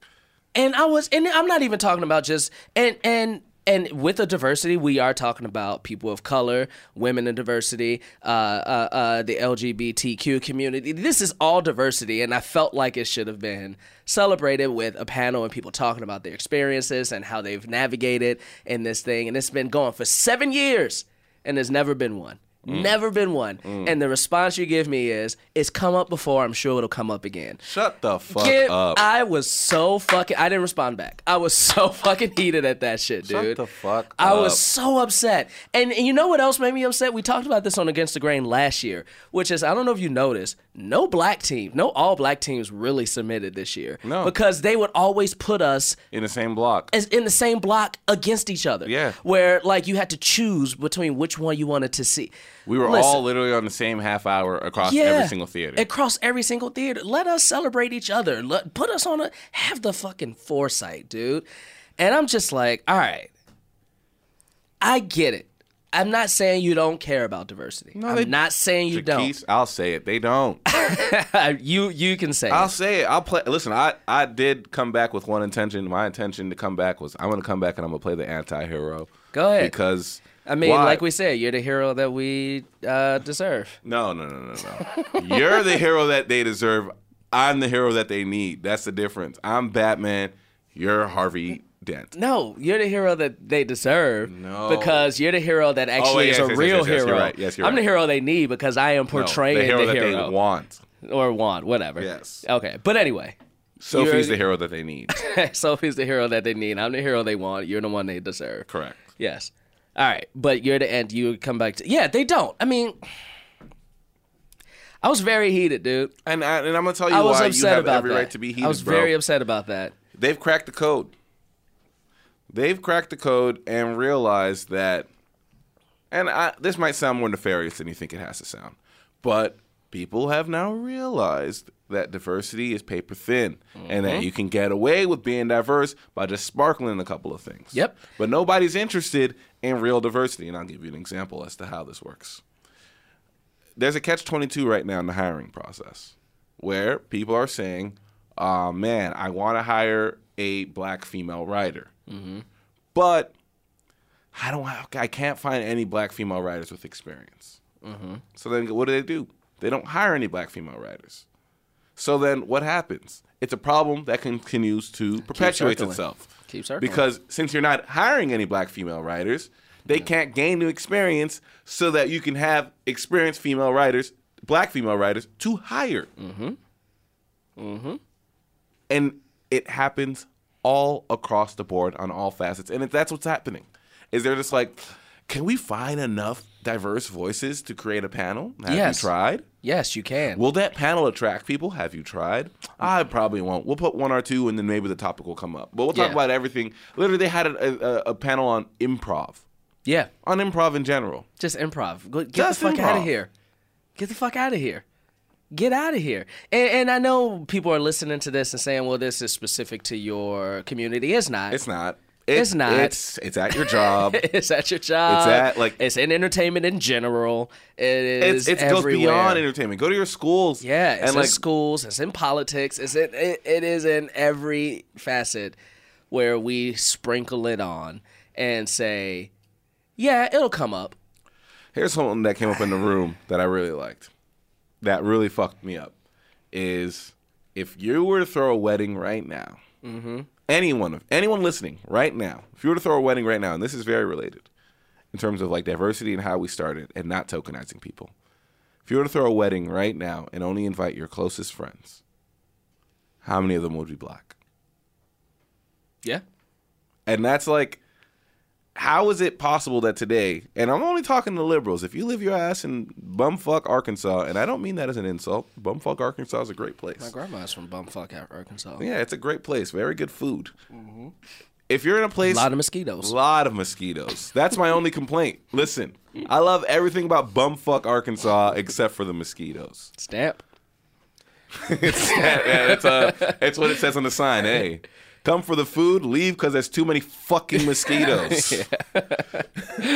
D: and I was, and I'm not even talking about just and and and with the diversity, we are talking about people of color, women and diversity, uh, uh, uh, the LGBTQ community. This is all diversity, and I felt like it should have been celebrated with a panel and people talking about their experiences and how they've navigated in this thing. And it's been going for seven years, and there's never been one. Never been one. And the response you give me is, it's come up before, I'm sure it'll come up again.
C: Shut the fuck
D: Give-
C: up.
D: I was so fucking. I didn't respond back. I was so fucking heated at that shit,
C: Shut
D: dude.
C: the fuck
D: I was
C: up.
D: so upset. And, and you know what else made me upset? We talked about this on Against the Grain last year, which is I don't know if you noticed, no black team, no all black teams really submitted this year.
C: No.
D: Because they would always put us
C: in the same block.
D: as in the same block against each other.
C: Yeah.
D: Where like you had to choose between which one you wanted to see.
C: We were
D: Listen.
C: all literally on the same half hour across every single theater.
D: Across every single theater. Let us celebrate each other. Let, put us on a have the fucking foresight, dude. And I'm just like, all right. I get it. I'm not saying you don't care about diversity. I'm
C: they-
D: not saying you don't.
C: Jaquise, I'll say it. They don't.
D: you you can say
C: I'll
D: it.
C: say it. I'll play. Listen, I, I did come back with one intention. My intention to come back was I'm going to come back and I'm going to play the anti hero.
D: Go ahead.
C: Because.
D: I mean,
C: why?
D: like we said, you're the hero that we uh, deserve.
C: No, no, no, no, no. You're the hero that they deserve. I'm the hero that they need. That's the difference. I'm Batman. You're Harvey Dent.
D: No, you're the hero that they deserve.
C: No. Oh,
D: Because you're the hero that actually
C: yes,
D: is a
C: yes, yes,
D: real
C: yes, yes,
D: hero.
C: you're right. Yes, you're
D: I'm the
C: right.
D: hero they need because I am
C: No,
D: portraying
C: the hero
D: the
C: that
D: hero.
C: they want.
D: or want, whatever.
C: Yes.
D: Okay, but anyway,
C: Sophie's
D: You're-
C: the hero that they need.
D: Sophie's the hero that they need. I'm the hero they want. You're the one they deserve.
C: Correct.
D: Yes. All right, but you're the end. You come back to yeah. They don't. I mean, I was very heated, dude.
C: And I, and I'm gonna tell you
D: I was
C: why
D: upset
C: you have
D: about
C: every
D: that.
C: right to be heated,
D: I was
C: bro.
D: very upset about that.
C: They've cracked the code. They've cracked the code and realized that. And I, this might sound more nefarious than you think it has to sound, but people have now realized that diversity is paper thin, and that you can get away with being diverse by just sparkling a couple of things.
D: Yep.
C: But nobody's interested in real diversity, and I'll give you an example as to how this works there's a catch 22 right now in the hiring process where people are saying, oh, man, I want to hire a black female writer.
D: Mm-hmm.
C: But I don't have, I can't find any black female writers with experience.
D: Mm-hmm.
C: So then what do they do? They don't hire any black female writers. So then what happens? It's a problem that continues to perpetuate
D: circling.
C: itself.
D: Keep circling.
C: Because since you're not hiring any black female writers, they can't gain new experience so that you can have experienced female writers, black female writers, to hire. Mm-hmm. Mm-hmm. And it happens all across the board on all facets. And it, that's what's happening. Is they're just like, can we find enough diverse voices to create a panel? Have
D: Yes.
C: you tried?
D: Yes, you can.
C: Will that panel attract people? Have you tried? I probably won't. We'll put one or two, and then maybe the topic will come up. But we'll talk
D: Yeah.
C: about everything. Literally, they had a, a, a panel on improv,
D: yeah,
C: on improv in general.
D: just improv. Go, get
C: Just
D: the fuck out of
C: improv.
D: here. Get the fuck out of here. Get out of here. And, and I know people are listening to this and saying, "Well, this is specific to your community." It's not.
C: It's not.
D: It's not.
C: It's it's at your job.
D: it's at your job.
C: It's at, like-
D: it's in entertainment in general. It
C: it's
D: is.
C: it goes
D: everywhere.
C: beyond entertainment. Go to your schools.
D: Yeah, it's
C: and
D: in
C: like
D: schools. It's in politics. It's in, it, it is in every facet where we sprinkle it on and say, yeah, it'll come up.
C: Here's something that came up in the room that I really liked. That really fucked me up. Is if you were to throw a wedding right now, anyone anyone listening right now, if you were to throw a wedding right now, and this is very related in terms of like diversity and how we started and not tokenizing people. If you were to throw a wedding right now and only invite your closest friends, how many of them would we block?
D: Yeah.
C: And that's like, how is it possible that today, and I'm only talking to liberals, if you live your ass in bumfuck Arkansas, and I don't mean that as an insult, bumfuck Arkansas is a great
D: My
C: place.
D: grandma's from bumfuck Ar- Arkansas.
C: Yeah, it's a great place, very good food. If you're in a
D: A
C: place,
D: lot of mosquitoes.
C: lot of mosquitoes. That's my only complaint. Listen, I love everything about bumfuck Arkansas except for the mosquitoes.
D: Stamp.
C: it's, yeah, it's, uh, it's what it says on the sign. Hey, come for the food, leave because there's too many fucking mosquitoes.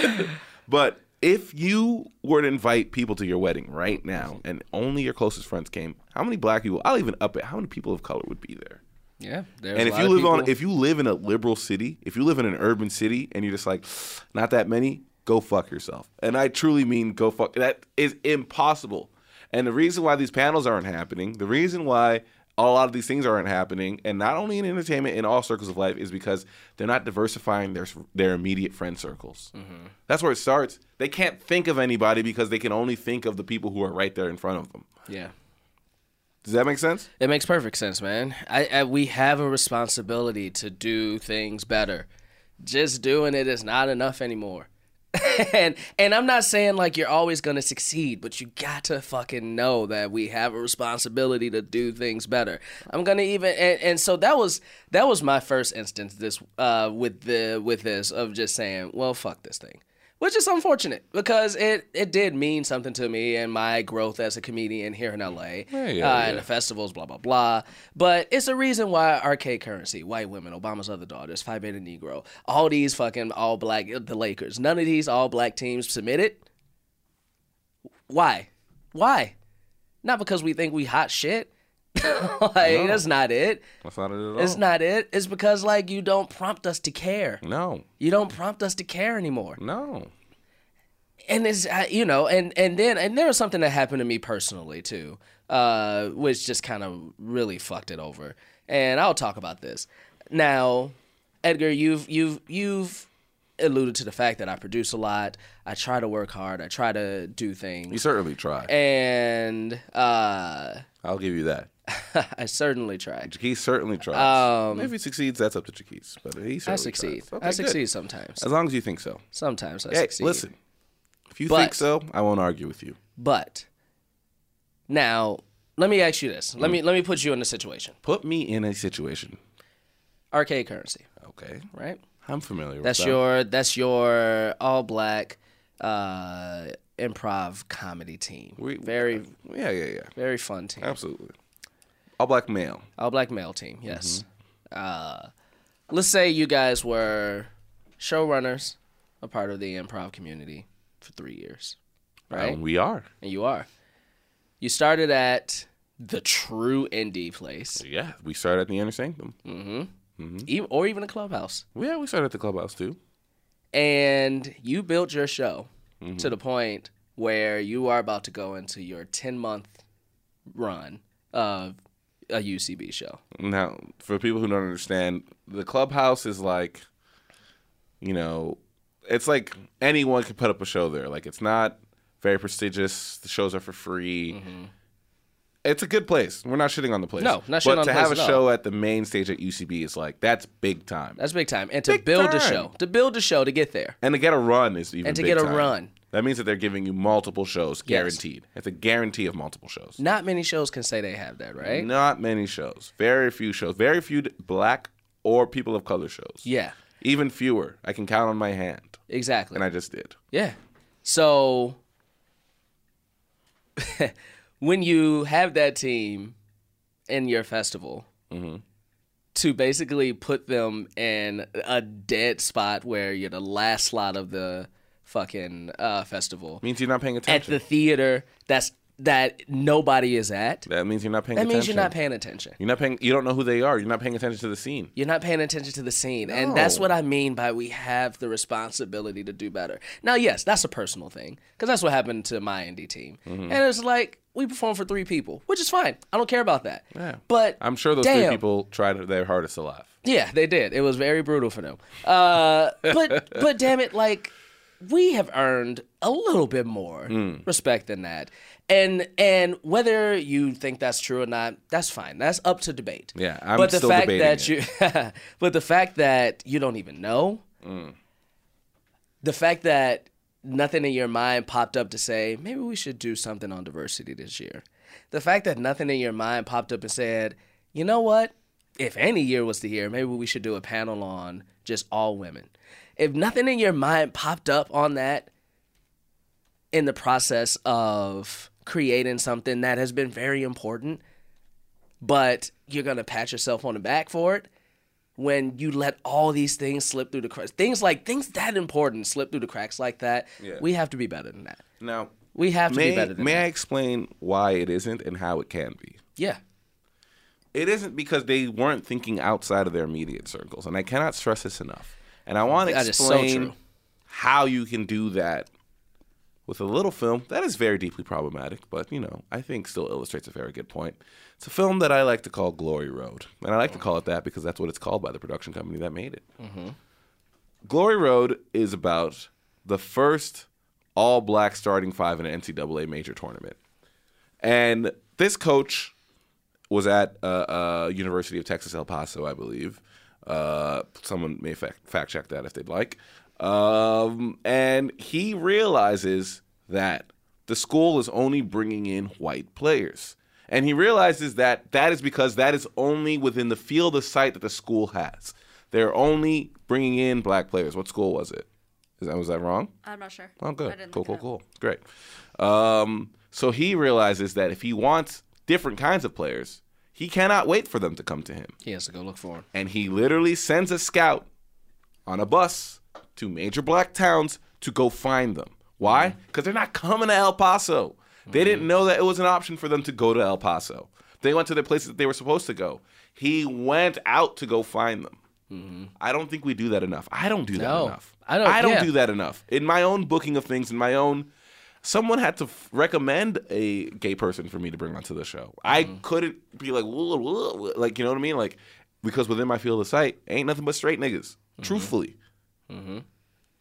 C: but if you were to invite people to your wedding right now and only your closest friends came, how many black people? I'll even up it. How many people of color would be there?
D: Yeah. There's
C: and
D: a
C: if
D: lot
C: you
D: of
C: live on,
D: people-
C: if you live in a liberal city, if you live in an urban city, and you're just like, not that many, go fuck yourself. And I truly mean go fuck. That is impossible. And the reason why these panels aren't happening, the reason why a lot of these things aren't happening, and not only in entertainment, in all circles of life, is because they're not diversifying their their immediate friend circles. That's where it starts. They can't think of anybody because they can only think of the people who are right there in front of them.
D: yeah.
C: Does that make sense?
D: It makes perfect sense, man. I, I we have a responsibility to do things better. Just doing it is not enough anymore. and and I'm not saying like you're always gonna succeed, but you got to fucking know that we have a responsibility to do things better. I'm gonna even and, and so that was that was my first instance this uh with the with this of just saying, well, fuck this thing which is unfortunate because it, it did mean something to me and my growth as a comedian here in LA uh, and the festivals, blah blah blah. But it's a reason why arcade currency, white women, Obama's other daughters, Phi Beta Negro, all these fucking all black, the Lakers, none of these all black teams submitted. Why? Why? Not because we think we hot shit. like that's not it.
C: That's not it at all.
D: It's not it. It's because like you don't prompt us to care.
C: No,
D: You don't prompt us to care anymore
C: no.
D: and it's uh, you know and and then and there was something that happened to me personally too uh which just kind of really fucked it over and i'll talk about this now edgar you've you've you've alluded to the fact that i produce a lot i try to work hard i try to do
C: You
D: things
C: certainly try.
D: and uh
C: I'll give you that.
D: i certainly try
C: Jaquise certainly tries. if he succeeds, that's up to Jaquise. But he certainly
D: Um, i succeed
C: tries. Okay,
D: i
C: good.
D: succeed sometimes
C: As long as you think so.
D: sometimes i
C: Hey,
D: succeed
C: listen. If you
D: But-
C: think so, I won't argue with you.
D: but now let me ask you this
C: Mm-hmm.
D: let me let me put you in a situation
C: Put me in a situation.
D: arcade currency
C: Okay.
D: right?
C: I'm familiar
D: That's
C: with that.
D: your that's your all black uh, improv comedy team.
C: We- uh, oh.
D: very
C: Yeah, yeah, yeah.
D: very fun team.
C: Absolutely. All black male.
D: All black male team. Yes. Uh, let's say you guys were showrunners, a part of the improv community for three years, right?
C: And we are.
D: and you are. You started at the true indie place,
C: Yeah. We started at the Inner Sanctum.
D: Mm. e- or even a clubhouse.
C: Yeah, we started at the clubhouse too.
D: and you built your show
C: Mm-hmm.
D: to the point where you are about to go into your 10 month run of a UCB show.
C: Now, for people who don't understand, the clubhouse is like, you know, it's like anyone can put up a show there. Like it's not very prestigious. The shows are for free. It's a good place. We're not shitting on the place.
D: Mm-hmm. No, not shitting
C: but
D: on
C: to
D: the
C: have
D: place
C: a
D: at
C: show at the main stage at UCB is like that's big time.
D: That's big time. And to
C: Big
D: build
C: time.
D: a show, to build a show to get there.
C: and to get a run is even
D: And to
C: big
D: get a
C: time.
D: run.
C: That means that they're giving you multiple shows guaranteed. It's a guarantee of multiple shows.
D: Not many shows can say they have that, right?
C: Not many shows. Very few shows. Very few d- black or people of color shows.
D: Yeah,
C: Even fewer. I can count on my hand.
D: exactly.
C: And I just did.
D: Yeah. So when you have that team in your festival
C: Mm-hmm.
D: to basically put them in a dead spot where you're the last slot of the fucking uh, festival
C: means you're not paying
D: at
C: attention.
D: the theater that's that nobody is at.
C: that means you're not paying
D: That
C: attention.
D: means you're not paying attention.
C: You're not paying. You don't know who they are. You're not paying attention to the scene.
D: You're not paying attention to the scene. And that's
C: No.
D: what I mean by we have the responsibility to do better. Now, yes, that's a personal thing because that's what happened to my indie team.
C: Mm-hmm.
D: And it's like, we performed for three people, which is fine. I don't care about that.
C: Yeah.
D: But
C: I'm sure those
D: damn.
C: three people tried their hardest to laugh.
D: Yeah, they did. It was very brutal for them. Uh, but but damn it, like we have earned a little bit more
C: Hmm.
D: respect than that. And and whether you think that's true or not, that's fine. That's up to debate.
C: Yeah, I'm
D: but the
C: still
D: fact
C: debating
D: that you, but the fact that you don't even know, the fact that nothing in your mind popped up to say maybe we should do something on diversity this year, the fact that nothing in your mind popped up and said, you know what, if any year was the year, maybe we should do a panel on just all women. If nothing in your mind popped up on that, in the process of creating something that has been very important, but you're gonna pat yourself on the back for it when you let all these things slip through the cracks. Things like things that important slip through the cracks like that.
C: Yeah.
D: We have to be better than that.
C: Now,
D: We have to
C: may,
D: be better than
C: may
D: that.
C: I explain why it isn't and how it can be?
D: Yeah.
C: It isn't because they weren't thinking outside of their immediate circles, and I cannot stress this enough. And I want to
D: That is so
C: explain
D: true.
C: how you can do that with a little film that is very deeply problematic, but you know, I think still illustrates a very good point. It's a film that I like to call Glory Road, and I like to call it that because that's what it's called by the production company that made it.
D: Mm-hmm.
C: Glory Road is about the first all black starting five in an NCAA major tournament. And this coach was at uh, uh, University of Texas El Paso, I believe. Uh, someone may fact, fact check that if they'd like. Um, and he realizes that the school is only bringing in white players. And he realizes that that is because that is only within the field of sight that the school has. They're only bringing in black players. What school was it? Is that, was that wrong?
E: I'm not sure.
C: Oh, good.
E: I didn't
C: Cool,
E: look
C: cool,
E: it
C: cool.
E: up.
C: Great. Um, so he realizes that if he wants different kinds of players, he cannot wait for them to come to him.
D: He has to go look for him.
C: And he literally sends a scout on a bus to major black towns to go find them. Why?
D: Mm-hmm.
C: Because they're not coming to El Paso. They didn't know that it was an option for them to go to El Paso. They went to the places that they were supposed to go. He went out to go find them. I don't think we do that enough. I don't do that
D: Mm-hmm. No.
C: enough.
D: I don't-
C: I don't
D: yeah.
C: do that enough. In my own booking of things, in my own, someone had to f- recommend a gay person for me to bring onto the show. I
D: Mm.
C: couldn't be like, "Whoa, whoa," like you know what I mean, like because within my field of sight, ain't nothing but straight niggas.
D: Mm-hmm.
C: Truthfully,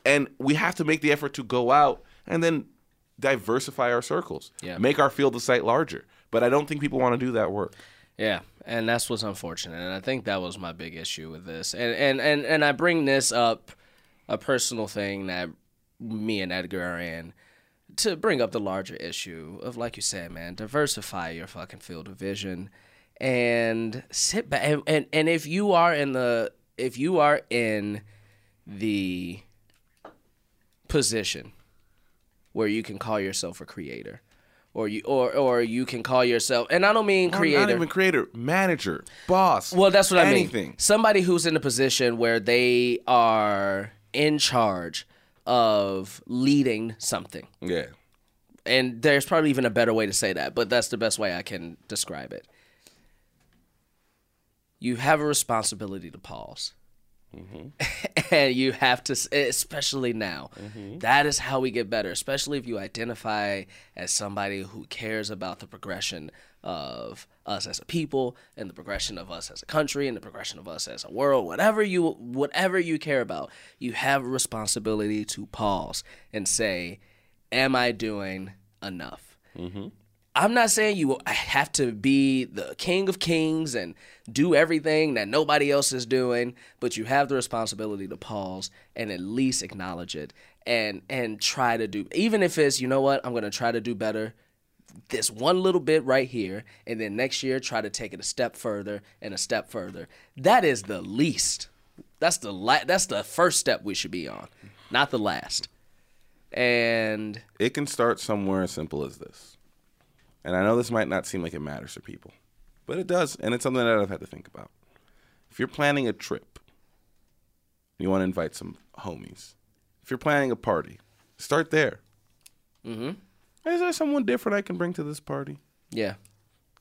C: and we have to make the effort to go out and then diversify our circles,
D: Yeah.
C: make our field of sight larger. But I don't think people want to do that work.
D: Yeah, and that's what's unfortunate, and I think that was my big issue with this. And and and and I bring this up, a personal thing that me and Edgar are in, to bring up the larger issue of like you said, man, diversify your fucking field of vision, and sit back. And and, and if you are in the if you are in the position where you can call yourself a creator. Or you, or, or you can call yourself, and I don't mean creator.
C: Not even creator, manager, boss.
D: Well, that's what I mean.
C: anything.
D: Somebody who's in a position where they are in charge of leading something.
C: Yeah.
D: And there's probably even a better way to say that, but that's the best way I can describe it. You have a responsibility to pause. and you have to, s- especially now. That is how we get better, especially if you identify as somebody who cares about the progression of us as a people and the progression of us as a country and the progression of us as a world. Whatever you, whatever you care about, you have a responsibility to pause and say, "Am I doing enough?" I'm not saying you have to be the king of kings and do everything that nobody else is doing, but you have the responsibility to pause and at least acknowledge it and and try to do even if it's you know what I'm going to try to do better this one little bit right here and then next year try to take it a step further and a step further. That is the least. That's the la- that's the first step we should be on, not the last. And
C: It can start somewhere as simple as this. And I know this might not seem like it matters to people, but it does. And it's something that I've had to think about. If you're planning a trip, you want to invite some homies. If you're planning a party, start there. Mm-hmm. Is there someone different I can bring to this party?
D: yeah.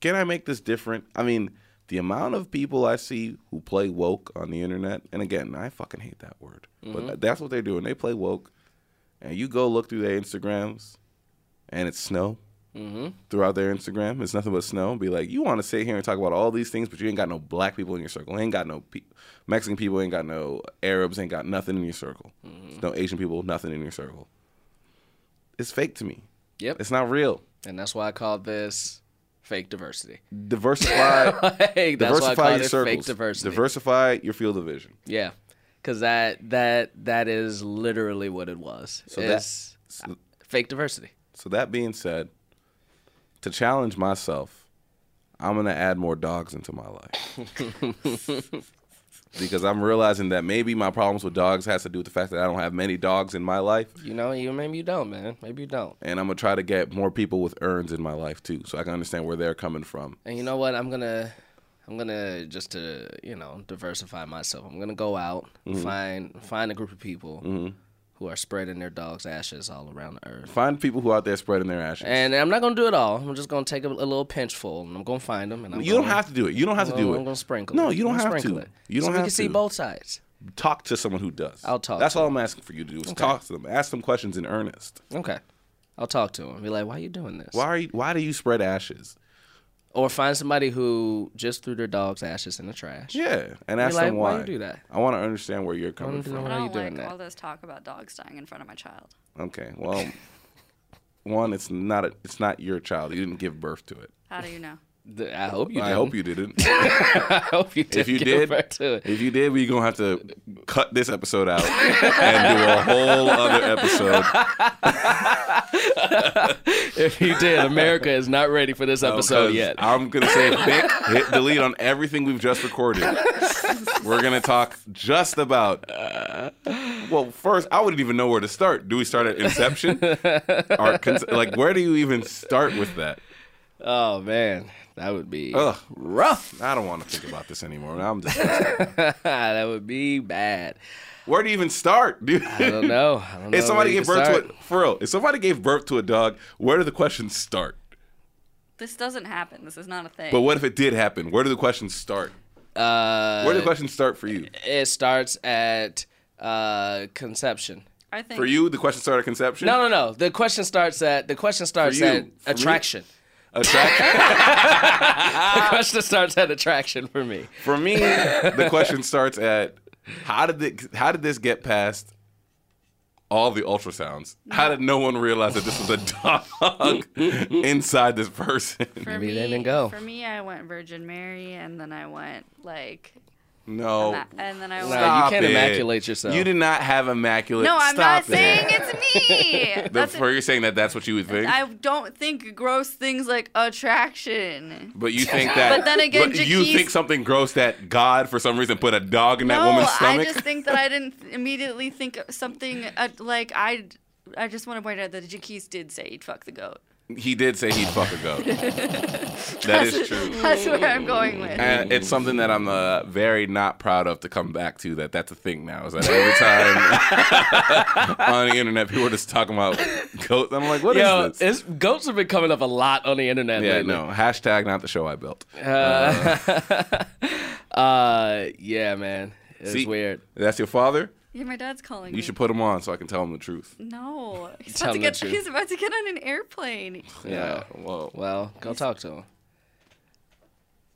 C: can I make this different? I mean, the amount of people I see who play woke on the internet, and again, I fucking hate that word, but that's what they're doing. They play woke, and you go look through their Instagrams, and it's snow, throughout their Instagram. It's nothing but snow. Be like, you want to sit here and talk about all these things, but you ain't got no black people in your circle. Ain't got no pe- Mexican people. Ain't got no Arabs. Ain't got nothing in your circle. No Asian people. Nothing in your circle. It's fake to me.
D: Yep.
C: It's not real.
D: And that's why I call this fake diversity.
C: Diversify.
D: Like, that's why
C: diversify
D: I call
C: your
D: it
C: circles.
D: fake diversity.
C: Diversify your field of vision.
D: yeah. Cause that that that is literally what it was.
C: So that-
D: it's uh,
C: So,
D: fake diversity.
C: so that being said, to challenge myself, I'm gonna add more dogs into my life. because I'm realizing that maybe my problems with dogs has to do with the fact that I don't have many dogs in my life.
D: You know, you maybe you don't, man. Maybe you don't.
C: And I'm gonna try to get more people with urns in my life too, so I can understand where they're coming from.
D: And you know what? I'm gonna, I'm gonna just to you know diversify myself. I'm gonna go out
C: Mm-hmm.
D: find find a group of people who are spreading their dogs' ashes all around the earth.
C: Find people who are out there spreading their ashes.
D: And I'm not gonna do it all. I'm just gonna take a, a little pinchful and I'm gonna find them. And I'm
C: you don't
D: gonna-
C: have to do it. You don't have to do it.
D: I'm gonna sprinkle.
C: No,
D: it.
C: you don't
D: I'm
C: have
D: gonna
C: to.
D: sprinkle it.
C: You don't
D: so
C: have
D: we can see
C: to.
D: both sides.
C: talk to someone who does.
D: I'll talk
C: That's
D: to
C: all I'm asking for you to do is talk to them. Ask them questions in earnest.
D: Okay. I'll talk to him. Be like, why are you doing this?
C: Why are you, why do you spread ashes?
D: Or find somebody who just threw their dog's ashes in the trash.
C: Yeah, and ask
D: like,
C: them
D: why
C: why.
D: you do that?
C: I want to understand where you're coming
D: do
C: from.
E: I
D: Why are you
E: don't like
D: doing that?
E: all this talk about dogs dying in front of my child.
C: Okay, well, one, it's not a, it's not your child. You didn't give birth to it.
E: How do you know?
D: Th- I hope you.
C: I
D: didn't.
C: hope you didn't.
D: I hope you did.
C: if you
D: give
C: did,
D: birth to it.
C: if you did, we're gonna have to cut this episode out and do a whole other episode.
D: If you did, America is not ready for this episode
C: 'cause
D: yet.
C: I'm gonna say Vic, hit delete on everything we've just recorded. We're gonna talk just about. Well, first, I wouldn't even know where to start. Do we start at Inception? or cons- like, where do you even start with that?
D: Oh man, that would be
C: Ugh,
D: rough.
C: I don't want to think about this anymore. Now I'm disgusted.
D: that would be bad.
C: Where do you even start, dude?
D: I don't know. I don't know
C: If somebody
D: where you
C: gave birth
D: start.
C: to it, for real, if somebody gave birth to a dog, where do the questions start?
E: This doesn't happen. This is not a thing.
C: But what if it did happen? Where do the questions start?
D: Uh,
C: Where do the questions start for you?
D: it starts at uh, conception.
E: I think
C: For you, the questions start at conception.
D: No, no, no. The question starts at the question starts
C: you.
D: at
C: For me?
D: attraction.
C: Attraction.
D: The question starts at attraction for me.
C: For me, the question starts at how did it, how did this get past all the ultrasounds? How did no one realize that this was a dog inside this person?
E: for
D: Maybe
E: me,
D: they didn't go.
E: For me, I went Virgin Mary, and then I went like,
C: No.
E: ma- and then I
D: No,
E: went.
C: Stop
D: you can't
C: it.
D: immaculate yourself.
C: You did not have immaculate.
E: No, I'm
C: Stop
E: not
C: it.
E: saying it's me.
C: The-
E: That's
C: for you're saying that that's what you would think,
E: I don't think gross things like attraction.
C: but you think that.
E: But then again,
C: but you
E: Jaquise-
C: think something gross that God, for some reason, put a dog in that
E: no,
C: woman's
E: I
C: stomach.
E: just think that I didn't immediately think of something uh, like I. I just want to point out that Jaquise did say he'd fuck the goat.
C: He did say he'd fuck a goat. that is true.
E: That's where I'm going with.
C: And
D: Mm.
C: it's something that I'm uh, very not proud of to come back to. That that's a thing now. Is that every time on the internet people are just talking about goats? I'm like, what is
D: Yo,
C: this?
D: it's, goats have been coming up a lot on the internet
C: yeah,
D: lately.
C: no. Hashtag not the show I built.
D: Uh, yeah, man. It's
C: See?
D: weird. Mm.
C: That's your father.
E: yeah, my dad's calling
C: You
E: me.
C: should put him on so I can tell him the truth.
E: no, he's
D: Tell
E: about, to
D: him the
E: get,
D: truth.
E: he's about to get on an airplane. Oh,
D: Yeah.
C: Whoa.
D: Well, go talk to him.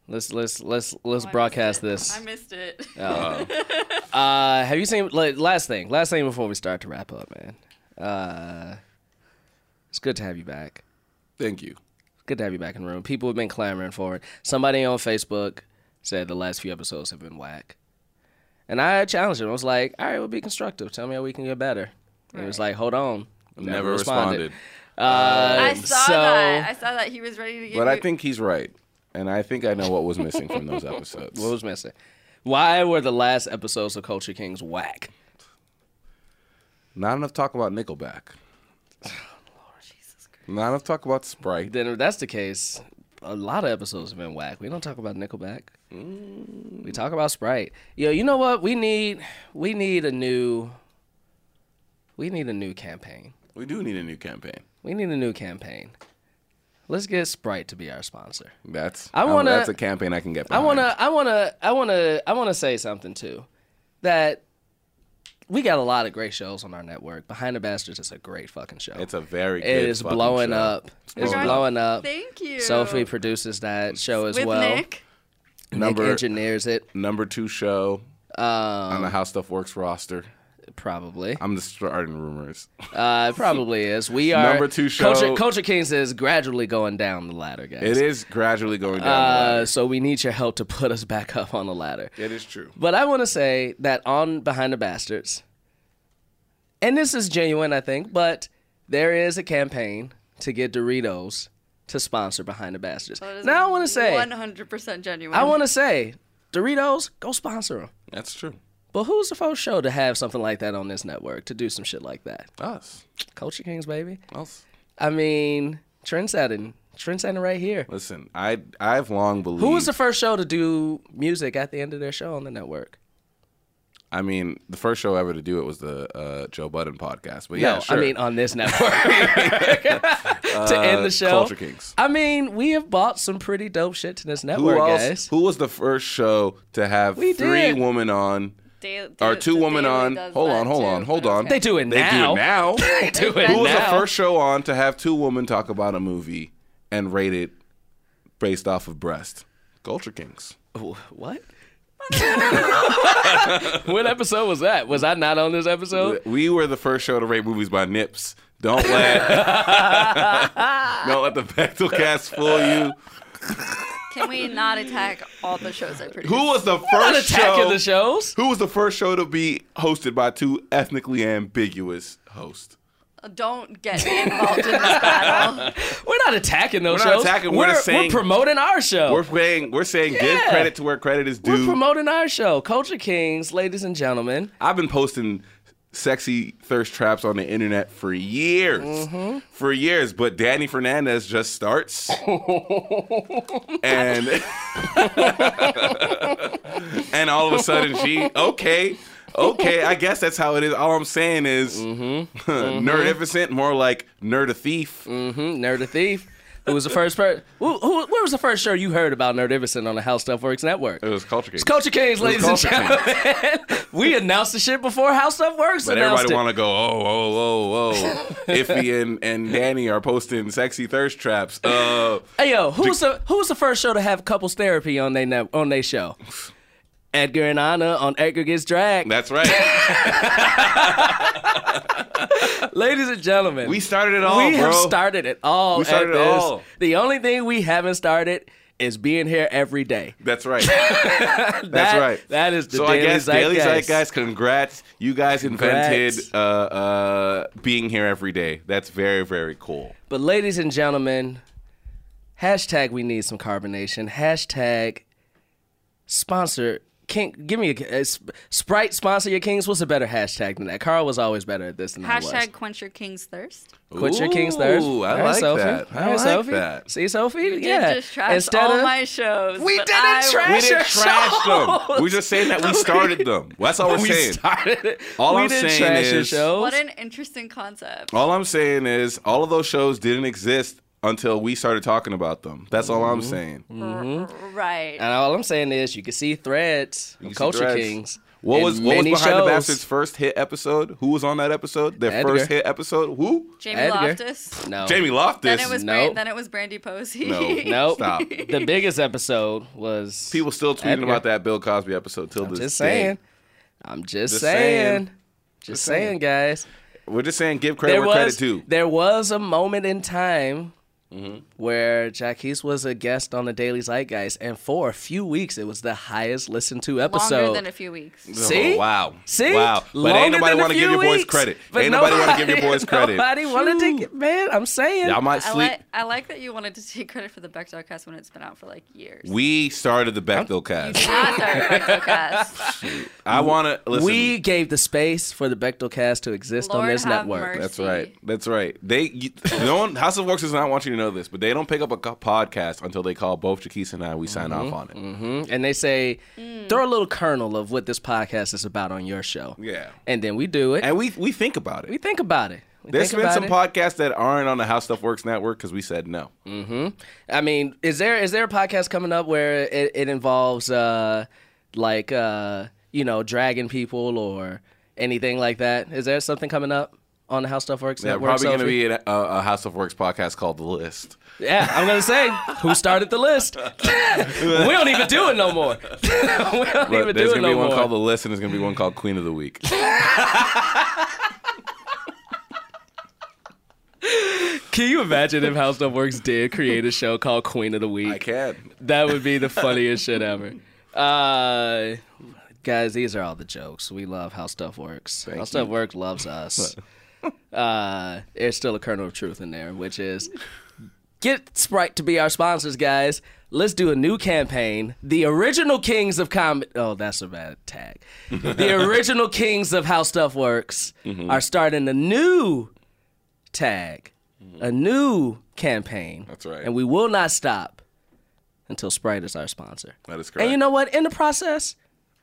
D: Let's let's let's let's broadcast this.
E: I missed it.
D: Uh, have you seen? Like, last thing, last thing before we start to wrap up, man. Uh, it's good to have you back.
C: Thank you.
D: Good to have you back in the room. People have been clamoring for it. Somebody on Facebook said the last few episodes have been whack, and I challenged him. I was like, "All right, we'll be constructive. Tell me how we can get better." And he was like, "Hold on."
C: Never, responded.
E: I saw
D: Um, so-
E: that. I saw that he was ready to get.
C: But I think he's right, and I think I know what was missing from those episodes.
D: What was missing? Why were the last episodes of Culture Kings whack?
C: Not enough talk about Nickelback. Not enough talk about Sprite.
D: Then if that's the case, a lot of episodes have been whack. We don't talk about Nickelback. We talk about Sprite. Yo, you know what? We need we need a new we need a new campaign.
C: We do need a new campaign.
D: We need a new campaign. Let's get Sprite to be our sponsor.
C: That's
D: I
C: I
D: wanna-
C: wanna, that's a campaign I can get
D: I
C: behind.
D: wanna I wanna I wanna I wanna say something too. That we got a lot of great shows on our network. Behind the Bastards is a great fucking show.
C: It's a very good
D: It is
C: fucking
D: blowing
C: show.
D: up. It's
E: blowing up.
D: blowing up.
E: Thank you.
D: Sophie produces that show as
E: with
D: well.
E: Nick.
D: Nick
C: Number-
D: engineers it.
C: Number two show
D: Um,
C: on the How Stuff Works roster.
D: Probably.
C: I'm just starting rumors.
D: Uh, it probably is. We are
C: Number two
D: Culture,
C: show-
D: Culture Kings is gradually going down the ladder, guys.
C: It is gradually going down the
D: Uh,
C: ladder.
D: so we need your help to put us back up on the ladder.
C: It is true.
D: But I want to say that on Behind the Bastards, and this is genuine, I think, but there is a campaign to get Doritos to sponsor Behind the Bastards.
E: That is
D: Now I want to say,
E: 100% genuine.
D: I want to say, Doritos, go sponsor them.
C: That's true.
D: But who's the first show to have something like that on this network to do some shit like that?
C: Us.
D: Culture Kings, baby.
C: Us.
D: I mean, trendsetting, trendsetting right here.
C: Listen, I I've long believed.
D: Who was the first show to do music at the end of their show on the network?
C: I mean, the first show ever to do it was the uh, Joe Budden podcast. But yeah,
D: no,
C: sure.
D: I mean uh, on this network to end the show.
C: Uh, Culture Kings.
D: I mean, we have bought some pretty dope shit to this
C: who
D: network,
C: else?
D: guys.
C: Who was the first show to have
D: We
C: three
D: did.
C: women on?
E: Da-
C: Or
E: da-
C: two
E: the
C: women
E: Daily
C: on.
E: does
C: Hold
E: that
C: on, hold
E: too,
C: on, hold
E: but
C: on.
E: okay.
D: they do it
C: They
D: now.
C: do it now.
D: they do it
C: who was the
D: now.
C: first show on to have two women talk about a movie and rate it based off of breast? Culture Kings.
D: Wh- What? what episode was that? Was I not on this episode?
C: We were the first show to rate movies by nips. Don't let don't let the Bechtel cast fool you.
E: Can we not attack all the shows I produce?
C: Who was the
D: Not
C: first
D: attacking
C: show?
D: the shows.
C: Who was the first show to be hosted by two ethnically ambiguous hosts?
E: Don't get me involved in this battle.
D: We're not attacking those
C: We're not
D: shows.
C: attacking, we're
D: We're,
C: just saying-
D: promoting our show.
C: We're saying we're saying give
D: Oh. Yeah.
C: credit to where credit is
D: We're
C: due.
D: promoting our show, Culture Kings, ladies and gentlemen.
C: I've been posting sexy thirst traps on the internet for years,
D: Mm-hmm.
C: for years. But Danny Fernandez just starts, and and all of a sudden she okay. Okay, I guess that's how it is. All I'm saying is nerdificent, more like nerd a thief.
D: Mm-hmm. Mm, Nerd a Thief. Who was the first person? Who, who, where was the first show you heard about Nerd Iverson on the How Stuff Works Network?
C: It was culture kings.
D: It's Culture Kings, ladies and
C: Culture Kings.
D: gentlemen. we announced the shit before How Stuff Works.
C: But
D: announced
C: everybody
D: it.
C: want to go, oh, oh, oh, oh. Iffy and, and Danny are posting sexy thirst traps. Uh,
D: Hey yo, who was the who was the first show to have couples therapy on they net on they show? Edgar and Anna on Edgar Gets Dragged.
C: that's right.
D: Ladies and gentlemen,
C: We started it all,
D: we have
C: bro.
D: started it all.
C: We started
D: at
C: it
D: this.
C: all.
D: The only thing we haven't started is being here every day.
C: That's right. That's
D: That-
C: right.
D: That is the
C: so
D: daily
C: I guess Daily
D: Zeitgeist.
C: Zeitgeist, congrats. You guys invented
D: Congrats.
C: uh, uh, being here every day. That's very, very cool.
D: But ladies and gentlemen, hashtag we need some carbonation. Hashtag sponsor King. Give me a, a sp- Sprite sponsor your Kings. What's a better hashtag than that? Carl was always better at this than I was.
E: Hashtag quench your king's thirst.
D: Quit your King's thirst.
C: Ooh, I
D: All right,
C: like
D: Sophie.
C: that. I
D: All right,
C: like
D: Sophie.
C: that.
D: See, Sophie?
E: You
D: yeah.
E: did just trash all my shows.
D: We
E: but
D: didn't
E: I-
D: trash-
C: We didn't
D: Trash
C: trash
D: your
C: them. We're just saying that we started them. That's all we're
D: we
C: saying.
D: started it.
C: All
D: we
C: I'm
D: didn't
C: saying
D: trash your
C: is-
D: shows.
E: What an interesting concept.
C: All I'm saying is all of those shows didn't exist until we started talking about them. That's all I'm
D: Mm-hmm.
C: saying.
E: Right.
D: and all I'm saying is you can see threads from
C: You see
D: Culture
C: threads.
D: Kings.
C: What
D: in
C: was what was
D: many
C: behind the
D: shows.
C: bastards' first hit episode? Who was on that episode? Their
D: Edgar.
C: first hit episode? Who?
E: Jamie
D: Edgar.
E: Loftus.
D: No.
C: Jamie Loftus.
E: Then it was
D: Nope.
E: Bran- then it was Brandy Posey.
C: No.
D: Nope.
C: Stop.
D: The biggest episode was
C: People still tweeting
D: Edgar.
C: about that Bill Cosby episode till
D: I'm
C: this
D: just
C: day.
D: saying. I'm just,
C: Just
D: saying.
C: saying.
D: Just saying, guys.
C: We're just saying give credit
D: There
C: where
D: was
C: credit due. Mm-hmm.
D: there was a moment in time where Jacquees was a guest on the Daily Zeitgeist, and for a few weeks it was the highest listened to
E: Longer
D: episode.
E: than a few weeks.
D: See?
C: Oh, wow.
D: See?
C: Wow. But
D: Longer
C: ain't nobody
D: than a
C: want to give your
D: few
C: boys
D: weeks.
C: credit.
D: But
C: ain't nobody, want to give your boys credit.
D: Nobody wanted to get man. I'm saying.
C: Y'all might
E: I
C: sleep.
E: like I like that you wanted to take credit for the Bechdel cast when it's been out for like years.
C: We started the Bechdel cast.
E: Not the Bechdel cast.
C: I want to listen.
D: we gave the space for the Bechtel cast to exist on
E: Lord
D: this
E: have
D: network.
E: mercy.
C: That's right. That's right. They you, no one House of Works does not want you to know this, but they don't pick up a co- podcast until they call both Jaquise and I. We sign
D: Mm-hmm,
C: off on it.
D: And they say,
E: Mm.
D: throw a little kernel of what this podcast is about on your show.
C: Yeah,
D: And then we do it.
C: and we we think about it.
D: we think about it. We
C: There's
D: think
C: been
D: about
C: some
D: it.
C: podcasts that aren't on the How Stuff Works network because we said no.
D: I mean, is there is there a podcast coming up where it, it involves uh like uh you know dragon people or anything like that? Is there something coming up on the How Stuff Works
C: Yeah,
D: network?
C: probably going to
D: Sophie?
C: be in a, a House of Works podcast called The List.
D: Yeah, I'm gonna say who started the list. we don't even do it no more. we don't
C: But
D: even
C: there's
D: do it
C: gonna
D: no
C: be one
D: more.
C: called The List, and there's going to be one called Queen of the Week.
D: Can you imagine if How Stuff Works did create a show called Queen of the Week?
C: I can.
D: That would be the funniest shit ever. Uh, guys, these are all the jokes. We love How Stuff Works. how Stuff Works loves us. uh, there's still a kernel of truth in there, which is get Sprite to be our sponsors, guys. Let's do a new campaign. The original kings of comedy. Oh, that's a bad tag. the original kings of how stuff works
C: Mm-hmm.
D: are starting a new tag, a new campaign.
C: Mm-hmm. That's right.
D: And we will not stop until Sprite is our sponsor.
C: That is correct.
D: And you know what? In the process,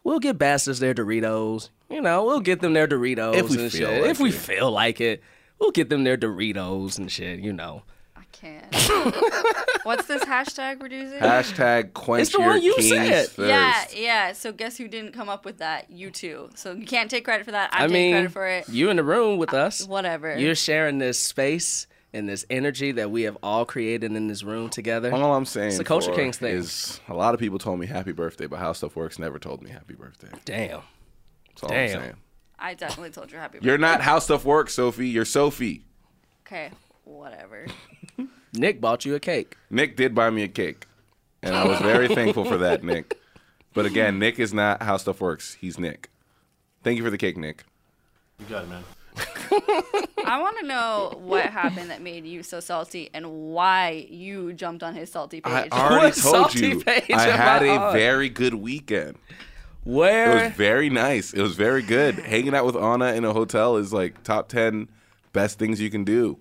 D: we'll get bastards their Doritos. You know, we'll get them their Doritos
C: If we
D: and
C: feel
D: shit.
C: like
D: if we
C: it.
D: feel like it, we'll get them their Doritos and shit. You know.
E: I can't. What's this hashtag we're using?
C: Hashtag quench
D: It's the
C: your
D: one you
C: king's
D: said.
C: thirst.
E: yeah, yeah. So guess who didn't come up with that? You two. So you can't take credit for that. I,
D: I
E: take
D: mean,
E: credit for it.
D: you in the room with us.
E: Whatever.
D: You're sharing this space and this energy that we have all created in this room together.
C: All I'm saying
D: a Culture
C: for
D: Kings thing.
C: is a lot of people told me happy birthday, but How Stuff Works never told me happy birthday.
D: Damn.
C: That's all
D: Damn.
C: I'm saying.
E: I definitely told you happy birthday.
C: You're not How Stuff Works, Sophie. You're Sophie.
E: Okay, whatever.
D: Nick bought you a cake.
C: Nick did buy me a cake, and I was very thankful for that, Nick. But again, Nick is not How Stuff Works. He's Nick. Thank you for the cake, Nick.
A: You got it, man.
E: I want to know what happened that made you so salty and why you jumped on his salty
C: I
E: page.
C: already
D: What
C: told
D: salty
C: you.
D: page
C: I
D: am
C: had
D: I
C: a
D: on?
C: very good weekend. It
D: Where
C: was very nice. It was very good. Hanging out with Anna in a hotel is like top 10 best things you can do.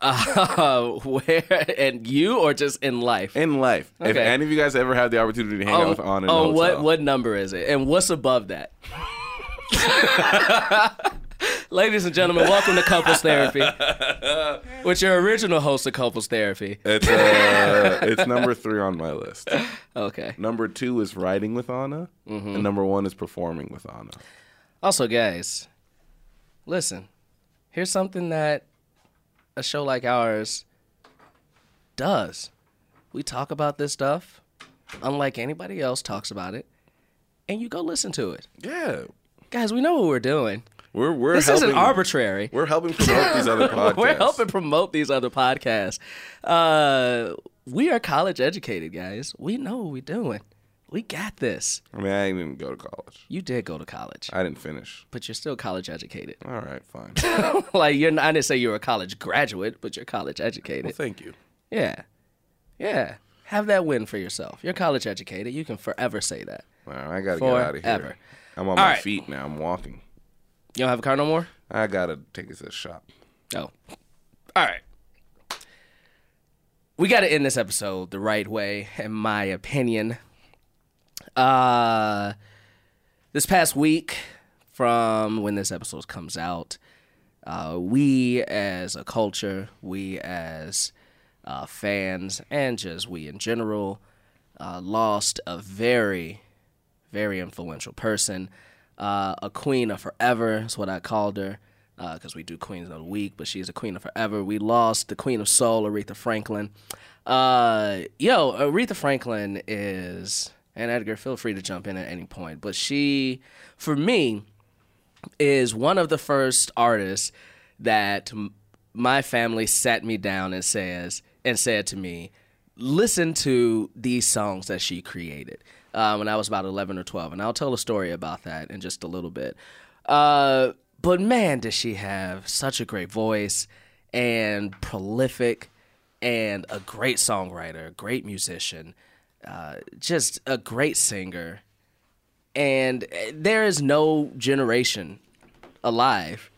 D: uh, where and you or just in life?
C: in life. If
D: Okay.
C: any of you guys ever have the opportunity to hang out with Anna in a
D: oh, what
C: hotel,
D: what number is it? And what's above that? Ladies and gentlemen, welcome to Couples Therapy with your original host of Couples Therapy.
C: It's uh, it's number three on my list.
D: Okay.
C: Number two is riding with Anna,
D: Mm-hmm.
C: and number one is performing with Anna.
D: Also, guys, listen, here's something that a show like ours does. We talk about this stuff unlike anybody else talks about it, and you go listen to it.
C: Yeah,
D: Guys, we know what we're doing.
C: we're we're
D: This
C: helping,
D: isn't arbitrary.
C: We're helping promote these other podcasts.
D: We're helping promote these other podcasts. Uh, we are college educated, guys. We know what we're doing. We got this.
C: I mean, I didn't even go to college.
D: You did go to college,
C: I didn't finish.
D: but you're still college educated.
C: All right, fine.
D: like you're not, I didn't say you're a college graduate, but you're college
C: Well,
D: educated.
C: thank you.
D: Yeah. Yeah. Have that win for yourself. You're college educated. You can forever say that.
C: All right, I gotta get out of
D: Forever.
C: here. I'm on
D: All
C: my
D: right.
C: feet now. I'm walking.
D: You don't have a car no more?
C: I gotta take this to the shop.
D: Oh. All right. We got to end this episode the right way, in my opinion. Uh, this past week, from when this episode comes out, uh, we as a culture, we as uh, fans, and just we in general, uh, lost a very, very influential person, uh, a queen of forever is what I called her, because we do queens of the week, but she's a queen of forever. We lost the queen of soul, Aretha Franklin. Uh, yo, Aretha Franklin is, and Edgar, feel free to jump in at any point, but she, for me, is one of the first artists that m- my family sat me down and says and said to me, "Listen to these songs that she created." Uh, when I was about eleven or twelve, and I'll tell a story about that in just a little bit. Uh, but man, does she have such a great voice and prolific and a great songwriter, great musician, uh, just a great singer and uh, there is no generation alive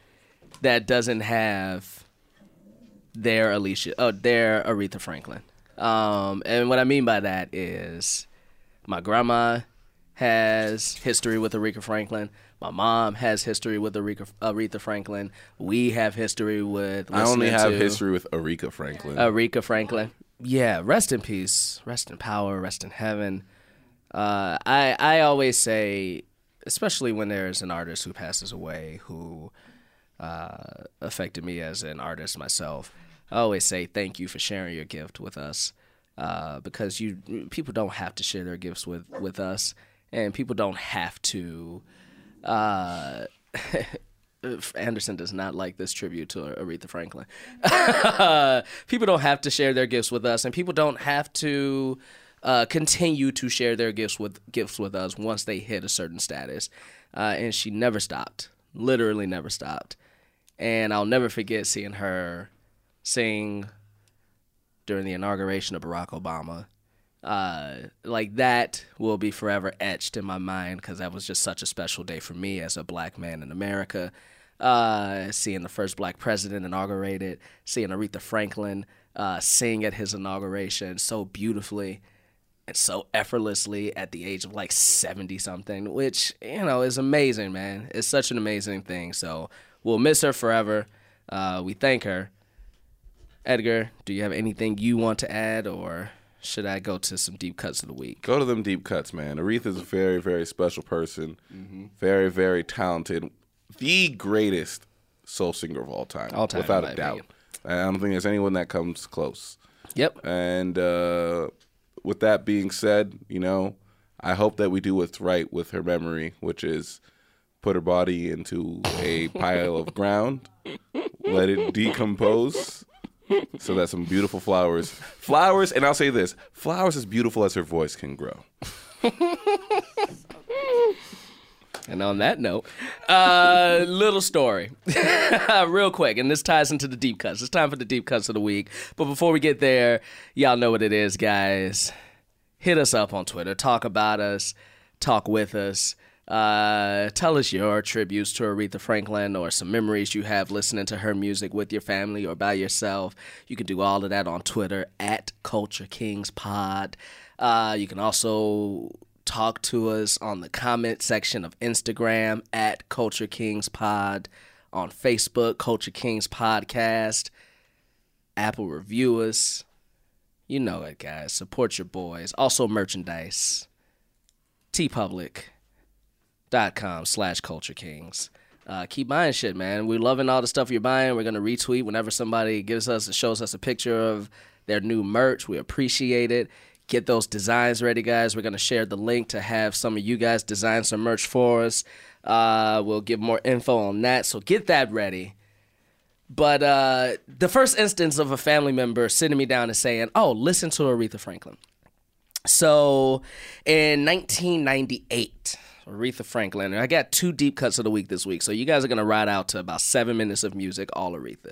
D: that doesn't have their Alicia, oh, their Aretha Franklin. Um, and what I mean by that is my grandma has history with Aretha Franklin. My mom has history with Aretha, Aretha Franklin. We have history with.
C: I only
D: listening
C: have
D: to-
C: history with Erika Franklin.
D: Aretha Franklin. Yeah, rest in peace, rest in power, rest in heaven. Uh, I I always say especially when there's an artist who passes away who uh, affected me as an artist myself. I always say thank you for sharing your gift with us uh, because you people don't have to share their gifts with with us, and people don't have to. Uh, Anderson does not like this tribute to Aretha Franklin. people don't have to share their gifts with us, and people don't have to uh, continue to share their gifts with gifts with us once they hit a certain status. Uh, and she never stopped, literally never stopped. And I'll never forget seeing her sing during the inauguration of Barack Obama. Uh, like that will be forever etched in my mind because that was just such a special day for me as a black man in America. Uh, seeing the first black president inaugurated, seeing Aretha Franklin uh, sing at his inauguration so beautifully and so effortlessly at the age of like 70 something, which, you know, is amazing, man. It's such an amazing thing. So we'll miss her forever. Uh, we thank her. Edgar, do you have anything you want to add or should I go to some deep cuts of the week?
C: Go to them deep cuts, man. Aretha's a very, very special person. Very, very talented. The greatest soul singer of all time.
D: All time,
C: Without
D: in my
C: a doubt.
D: opinion.
C: I don't think there's anyone that comes close.
D: Yep.
C: And uh, with that being said, you know, I hope that we do what's right with her memory, which is put her body into a pile of ground, let it decompose. So that some beautiful flowers, flowers, and I'll say this: flowers as beautiful as her voice can grow.
D: And on that note, uh, little story, real quick, and this ties into the deep cuts. It's time for the deep cuts of the week. But before we get there, y'all know what it is, guys. Hit us up on Twitter. Talk about us. Talk with us. Uh, tell us your tributes to Aretha Franklin or some memories you have listening to her music with your family or by yourself. You can do all of that on Twitter at Culture Kings Pod. Uh, you can also talk to us on the comment section of Instagram at Culture Kings Pod, on Facebook, Culture Kings Podcast, Apple Review us. You know it, guys. Support your boys. Also, merchandise. tpublic.com slash culture kings. Uh, keep buying shit, man. We're loving all the stuff you're buying. We're going to retweet whenever somebody gives us, shows us a picture of their new merch. We appreciate it. Get those designs ready, guys. We're going to share the link to have some of you guys design some merch for us. Uh, we'll give more info on that. So get that ready. But uh, the first instance of a family member sitting me down and saying, "Oh, listen to Aretha Franklin." So, in 1998, Aretha Franklin. And I got two deep cuts of the week this week, so you guys are gonna ride out to about seven minutes of music, all Aretha.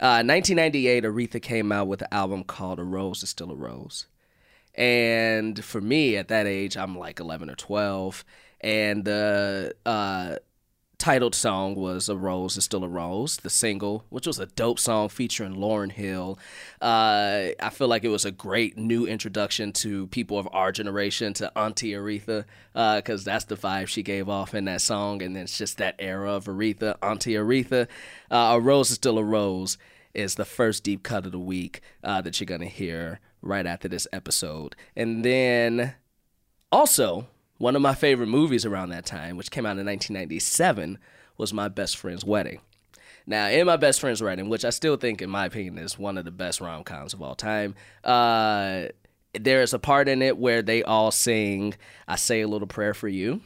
D: Uh, 1998, Aretha came out with an album called "A Rose Is Still a Rose." And for me at that age, I'm like 11 or 12. And the uh, titled song was A Rose Is Still a Rose, the single, which was a dope song featuring Lauren Hill. Uh, I feel like it was a great new introduction to people of our generation, to Auntie Aretha, because that's the vibe she gave off in that song. And then it's just that era of Aretha, Auntie Aretha. Uh, a Rose Is Still a Rose is the first deep cut of the week uh, that you're going to hear right after this episode. And then also, one of my favorite movies around that time, which came out in 1997, was My Best Friend's Wedding. Now, in My Best Friend's Wedding, which I still think, in my opinion, is one of the best rom coms of all time, uh, there is a part in it where they all sing, I Say a Little Prayer for You.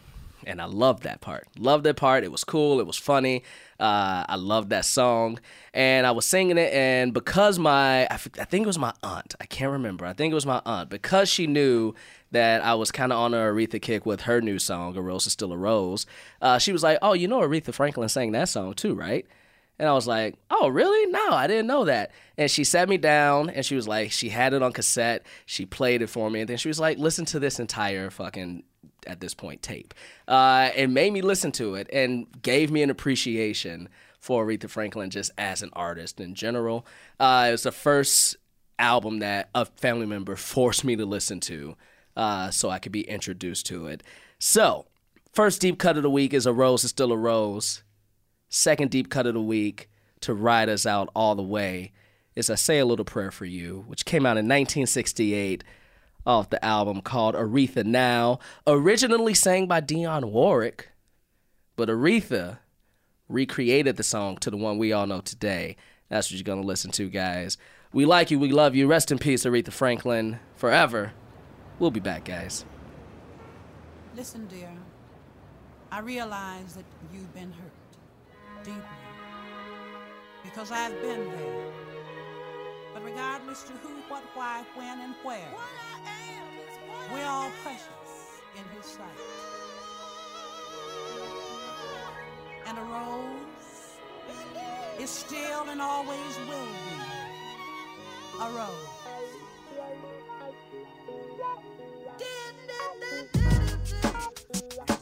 D: And I loved that part. Loved that part. It was cool. It was funny. Uh, I loved that song. And I was singing it. And because my, I, f- I think it was my aunt. I can't remember. I think it was my aunt. Because she knew that I was kind of on a Aretha kick with her new song, A Rose is Still a Rose, uh, she was like, Oh, you know Aretha Franklin sang that song too, right? And I was like, oh, really? No, I didn't know that. And she sat me down and she was like, she had it on cassette. She played it for me. And then she was like, listen to this entire fucking, at this point, tape. Uh, and made me listen to it and gave me an appreciation for Aretha Franklin just as an artist in general. Uh, it was the first album that a family member forced me to listen to uh, so I could be introduced to it. So, first deep cut of the week is A Rose is Still a Rose second deep cut of the week to ride us out all the way is I Say a Little Prayer for You, which came out in 1968 off the album called Aretha Now, originally sang by Dionne Warwick, but Aretha recreated the song to the one we all know today. That's what you're going to listen to, guys. We like you, we love you. Rest in peace, Aretha Franklin, forever. We'll be back, guys.
F: Listen, dear. I realize that you've been hurt deeply because I've been there. But regardless to who, what, why, when, and where, we're all precious in His sight. And a rose is still and always will be a rose. Mm. Mm-hmm.